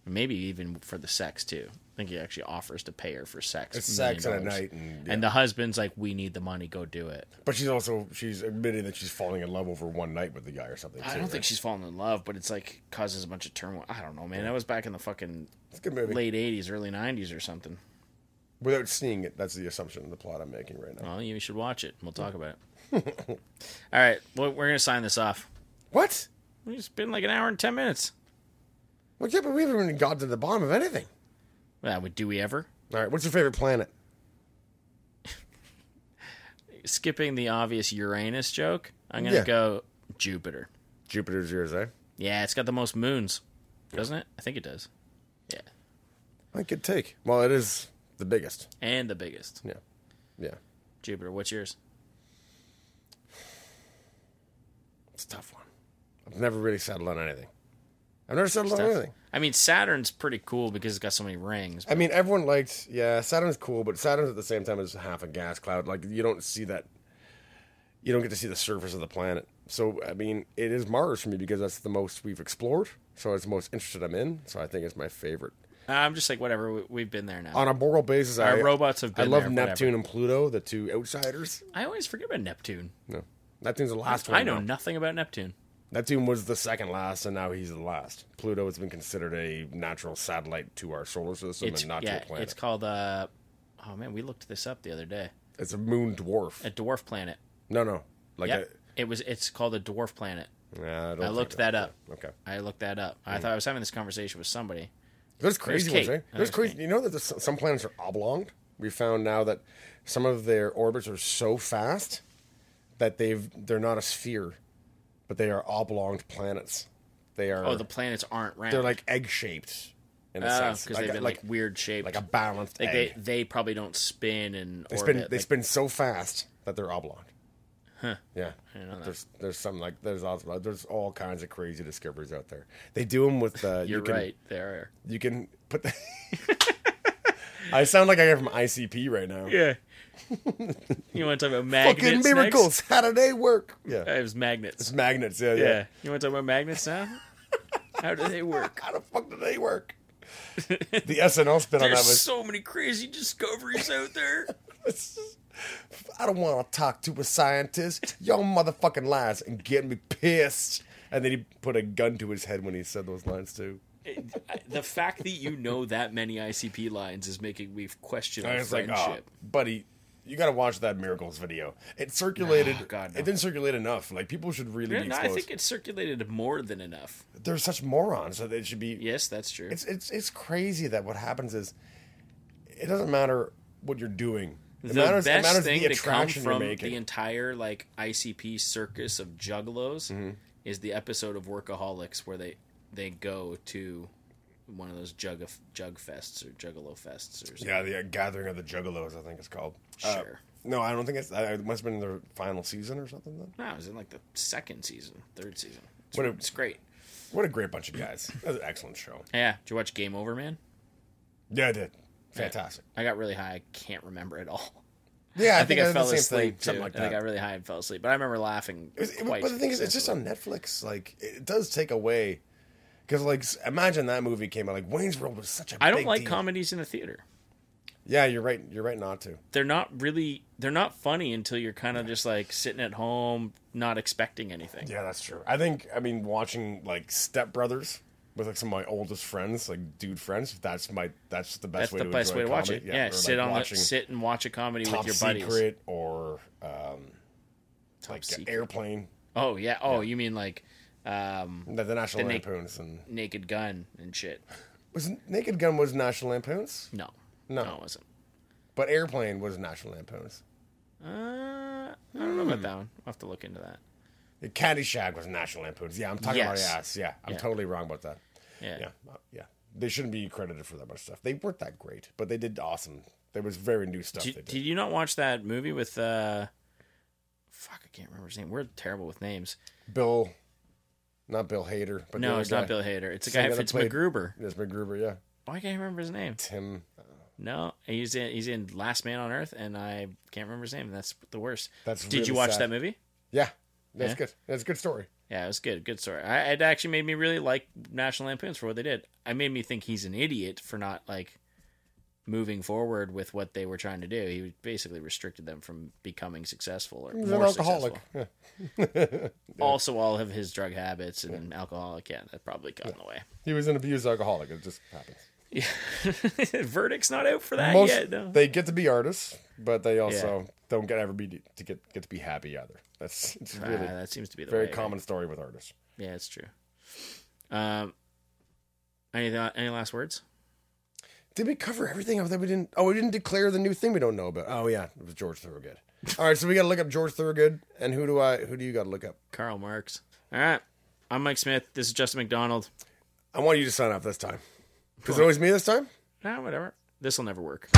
B: Maybe even for the sex too. I think he actually offers to pay her for sex.
A: It's sex and a
B: million
A: night,
B: dollars.
A: and,
B: And the husband's like, "We need the money. Go do it."
A: but she's also she's admitting that she's falling in love over one night with the guy or something.
B: I
A: too,
B: don't
A: right?
B: think she's falling in love, but it's like causes a bunch of turmoil. I don't know, man. That was back in the fucking
A: it's a good movie.
B: late '80s, early '90s, or something.
A: Without seeing it, that's the assumption of the plot I'm making right now.
B: Well, you should watch it. We'll talk about it. All right, well, we're gonna sign this off.
A: What?
B: It's been like an hour and ten minutes.
A: Well, yeah, but we haven't even got to the bottom of anything.
B: Yeah, we- do we ever?
A: All right, what's your favorite planet?
B: Skipping the obvious Uranus joke, I'm gonna
A: Yeah.
B: go Jupiter.
A: Jupiter's yours, eh?
B: Yeah, it's got the most moons, doesn't it? I think it does. Yeah,
A: I could take. Well, it is the biggest.
B: and the biggest
A: Yeah, yeah.
B: Jupiter. What's yours?
A: It's a tough one. I've never really settled on anything. I've never settled on anything.
B: I mean, Saturn's pretty cool because it's got so many rings.
A: I mean, everyone liked, yeah, Saturn's cool, but Saturn's at the same time is half a gas cloud. Like, you don't see that, you don't get to see the surface of the planet. So, I mean, it is Mars for me because that's the most we've explored. So, it's the most interested I'm in. So, I think it's my favorite.
B: I'm just like, whatever. We, we've been there now.
A: On a moral basis,
B: Our
A: I,
B: robots have
A: I
B: been
A: love
B: there, whatever.
A: Neptune and Pluto, the two outsiders.
B: I always forget about Neptune.
A: No, Neptune's the last one.
B: I know
A: now.
B: nothing about Neptune.
A: Neptune was the second last, and now he's the last. Pluto has been considered a natural satellite to our solar system
B: It's
A: and not
B: yeah,
A: to a planet.
B: it's
A: It's,
B: called. Uh, oh man, we looked this up the other day.
A: a moon dwarf.
B: A dwarf planet.
A: no, no, like
B: Yeah, it was. It's called a dwarf planet.
A: a, Nah, I, don't
B: I
A: think
B: looked
A: so.
B: that up.
A: Okay.
B: I looked that up. I
A: Hmm.
B: thought I was having this conversation with somebody.
A: There's crazy ones,
B: Kate.
A: right? There's
B: There's
A: crazy. You know that there's some planets are oblong. We found now that some of their orbits are so fast that they've they're not a sphere, but they are oblonged planets. They are.
B: Oh, the planets aren't round.
A: they're like egg shaped in a sense,
B: because
A: like,
B: Oh, they've
A: a-
B: been
A: like
B: like, weird shaped.
A: like a balanced
B: Like,
A: egg.
B: they they probably don't spin and
A: They
B: orbit.
A: spin. They
B: like,
A: spin so fast that they're oblong. Yeah.
B: know that.
A: There's there's some like there's lots of, there's all kinds of crazy discoveries out there. They do them with uh,
B: You're
A: you can,
B: right. They are.
A: You can put. The I sound like I am from ICP right now.
B: Yeah. you want to talk about magnets?
A: Fucking
B: next?
A: miracles! How do they work?
B: Uh,
A: Yeah.
B: it was magnets.
A: Magnets. Yeah, yeah.
B: Yeah. You want to talk about magnets now? How do they work?
A: How the fuck do they work? the SNL spin on that
B: There's
A: was.
B: so many crazy discoveries out there.
A: I don't want to talk to a scientist. Y'all motherfucking lies and get me pissed. And then he put a gun to his head when he said those lines too.
B: the fact that you know that many ICP lines is making me question
A: I
B: our
A: was like,
B: friendship.
A: oh, buddy, You got to watch that miracles video. It circulated.
B: Oh, God, no.
A: It didn't circulate enough. Like people should really be
B: No, I
A: exposed.
B: think it circulated more than enough.
A: They're such morons that it should be.
B: Yes, that's true.
A: It's it's it's crazy that what happens is, it doesn't matter what you're doing. It
B: the
A: matters, it
B: best
A: matters
B: thing
A: the
B: to come
A: attraction
B: from
A: you're making.
B: the entire like ICP circus of juggalos
A: Mm-hmm.
B: is the episode of Workaholics where they they go to one of those jug jug fests or juggalo fests or something.
A: yeah, the uh, Gathering of the Juggalos, I think it's called. Uh,
B: Sure.
A: no, I don't think it's. I- It must have been their final season or something. Then
B: no, it was in like the second season, third season. It's,
A: What a-
B: it's great.
A: what a great bunch of guys. That was an excellent show.
B: Yeah, did you watch Game Over, man?
A: Yeah, I did. Fantastic.
B: I got really high. I can't remember at all.
A: Yeah,
B: I think I,
A: did
B: fell
A: the same
B: asleep
A: Thing, something
B: too.
A: like
B: I
A: that.
B: think I got really high and fell asleep, but I remember laughing.
A: It was- it was-
B: quite
A: but the thing is, it's just on Netflix. Like, it does take away. Because, like, s- imagine that movie came out. Like, Wayne's World was such a
B: I don't
A: big
B: like
A: deal.
B: comedies in a theater.
A: Yeah, you're right. You're right not to.
B: They're not really. They're not funny until you're kind of just like sitting at home, not expecting anything.
A: Yeah, that's true. I think, I mean, watching, like, Step Brothers with, like, some of my oldest friends, like, dude friends, that's my, that's the best
B: That's
A: way
B: the
A: to
B: best
A: enjoy
B: way to watch it.
A: comedy.
B: Yeah,
A: or,
B: sit
A: like,
B: on the,
A: watching
B: sit and watch a comedy
A: Top
B: with your buddies.
A: Secret or uh,
B: Top Secret.
A: Airplane,
B: Oh yeah. Oh, you mean like um,
A: the, the National
B: The Nick-
A: Lampoons. and
B: Naked Gun and shit?
A: was Naked Gun was National Lampoons,
B: No.
A: No.
B: no it wasn't.
A: but Airplane was National Lampoons.
B: Uh, I don't know
A: Hmm.
B: about that one. I'll have to look into that.
A: Caddyshack was National Lampoons. Yeah, I'm talking
B: Yes.
A: about ass. Yeah, I'm
B: Yeah.
A: totally wrong about that.
B: Yeah.
A: Yeah, uh, yeah. They shouldn't be credited for that much stuff. They weren't that great, but they did awesome. There was very new stuff
B: Did,
A: they did.
B: did you not watch that movie with uh fuck I can't remember his name. We're terrible with names.
A: Bill, not Bill Hader, but the
B: No,
A: other
B: it's
A: guy.
B: not Bill Hader. It's a
A: Same
B: guy
A: guy that
B: it's
A: played-
B: MacGruber.
A: Yes, MacGruber. Yeah,
B: Why can't I remember his name?
A: Tim.
B: No, he's in he's in Last Man on Earth and I can't remember his name. and That's the worst.
A: That's
B: Did
A: really
B: you watch
A: sad.
B: that movie?
A: Yeah, that's
B: Yeah?
A: good. That's a good story.
B: Yeah, it was good. Good story. I, it actually made me really like National Lampoons for what they did. I made me think he's an idiot for not like moving forward with what they were trying to do. He basically restricted them from becoming successful or
A: He's an
B: more
A: alcoholic.
B: successful.
A: Yeah.
B: also all of his drug habits and alcoholic. Yeah, that probably got in the way.
A: He was an abused alcoholic. It just happens.
B: Yeah. Verdict's not out for that
A: Most
B: yet. Uh, No.
A: they get to be artists, but they also don't get ever be to get get to be happy either. That's it's
B: Ah,
A: really
B: that seems to be the
A: very
B: way,
A: common story with artists.
B: Right? Yeah, it's true. Um, any any last words?
A: Did we cover everything that we didn't? Oh, we didn't declare the new thing we don't know about. Oh yeah, it was George Thorogood. All right, so we got to look up George Thorogood, and who do I? Who do you got to look up?
B: Karl Marx. All right. I'm Mike Smith. This is Justin McDonald.
A: I want you to sign off this time.
B: Ah,
A: Is it always me this time?
B: Nah, whatever. This will never work.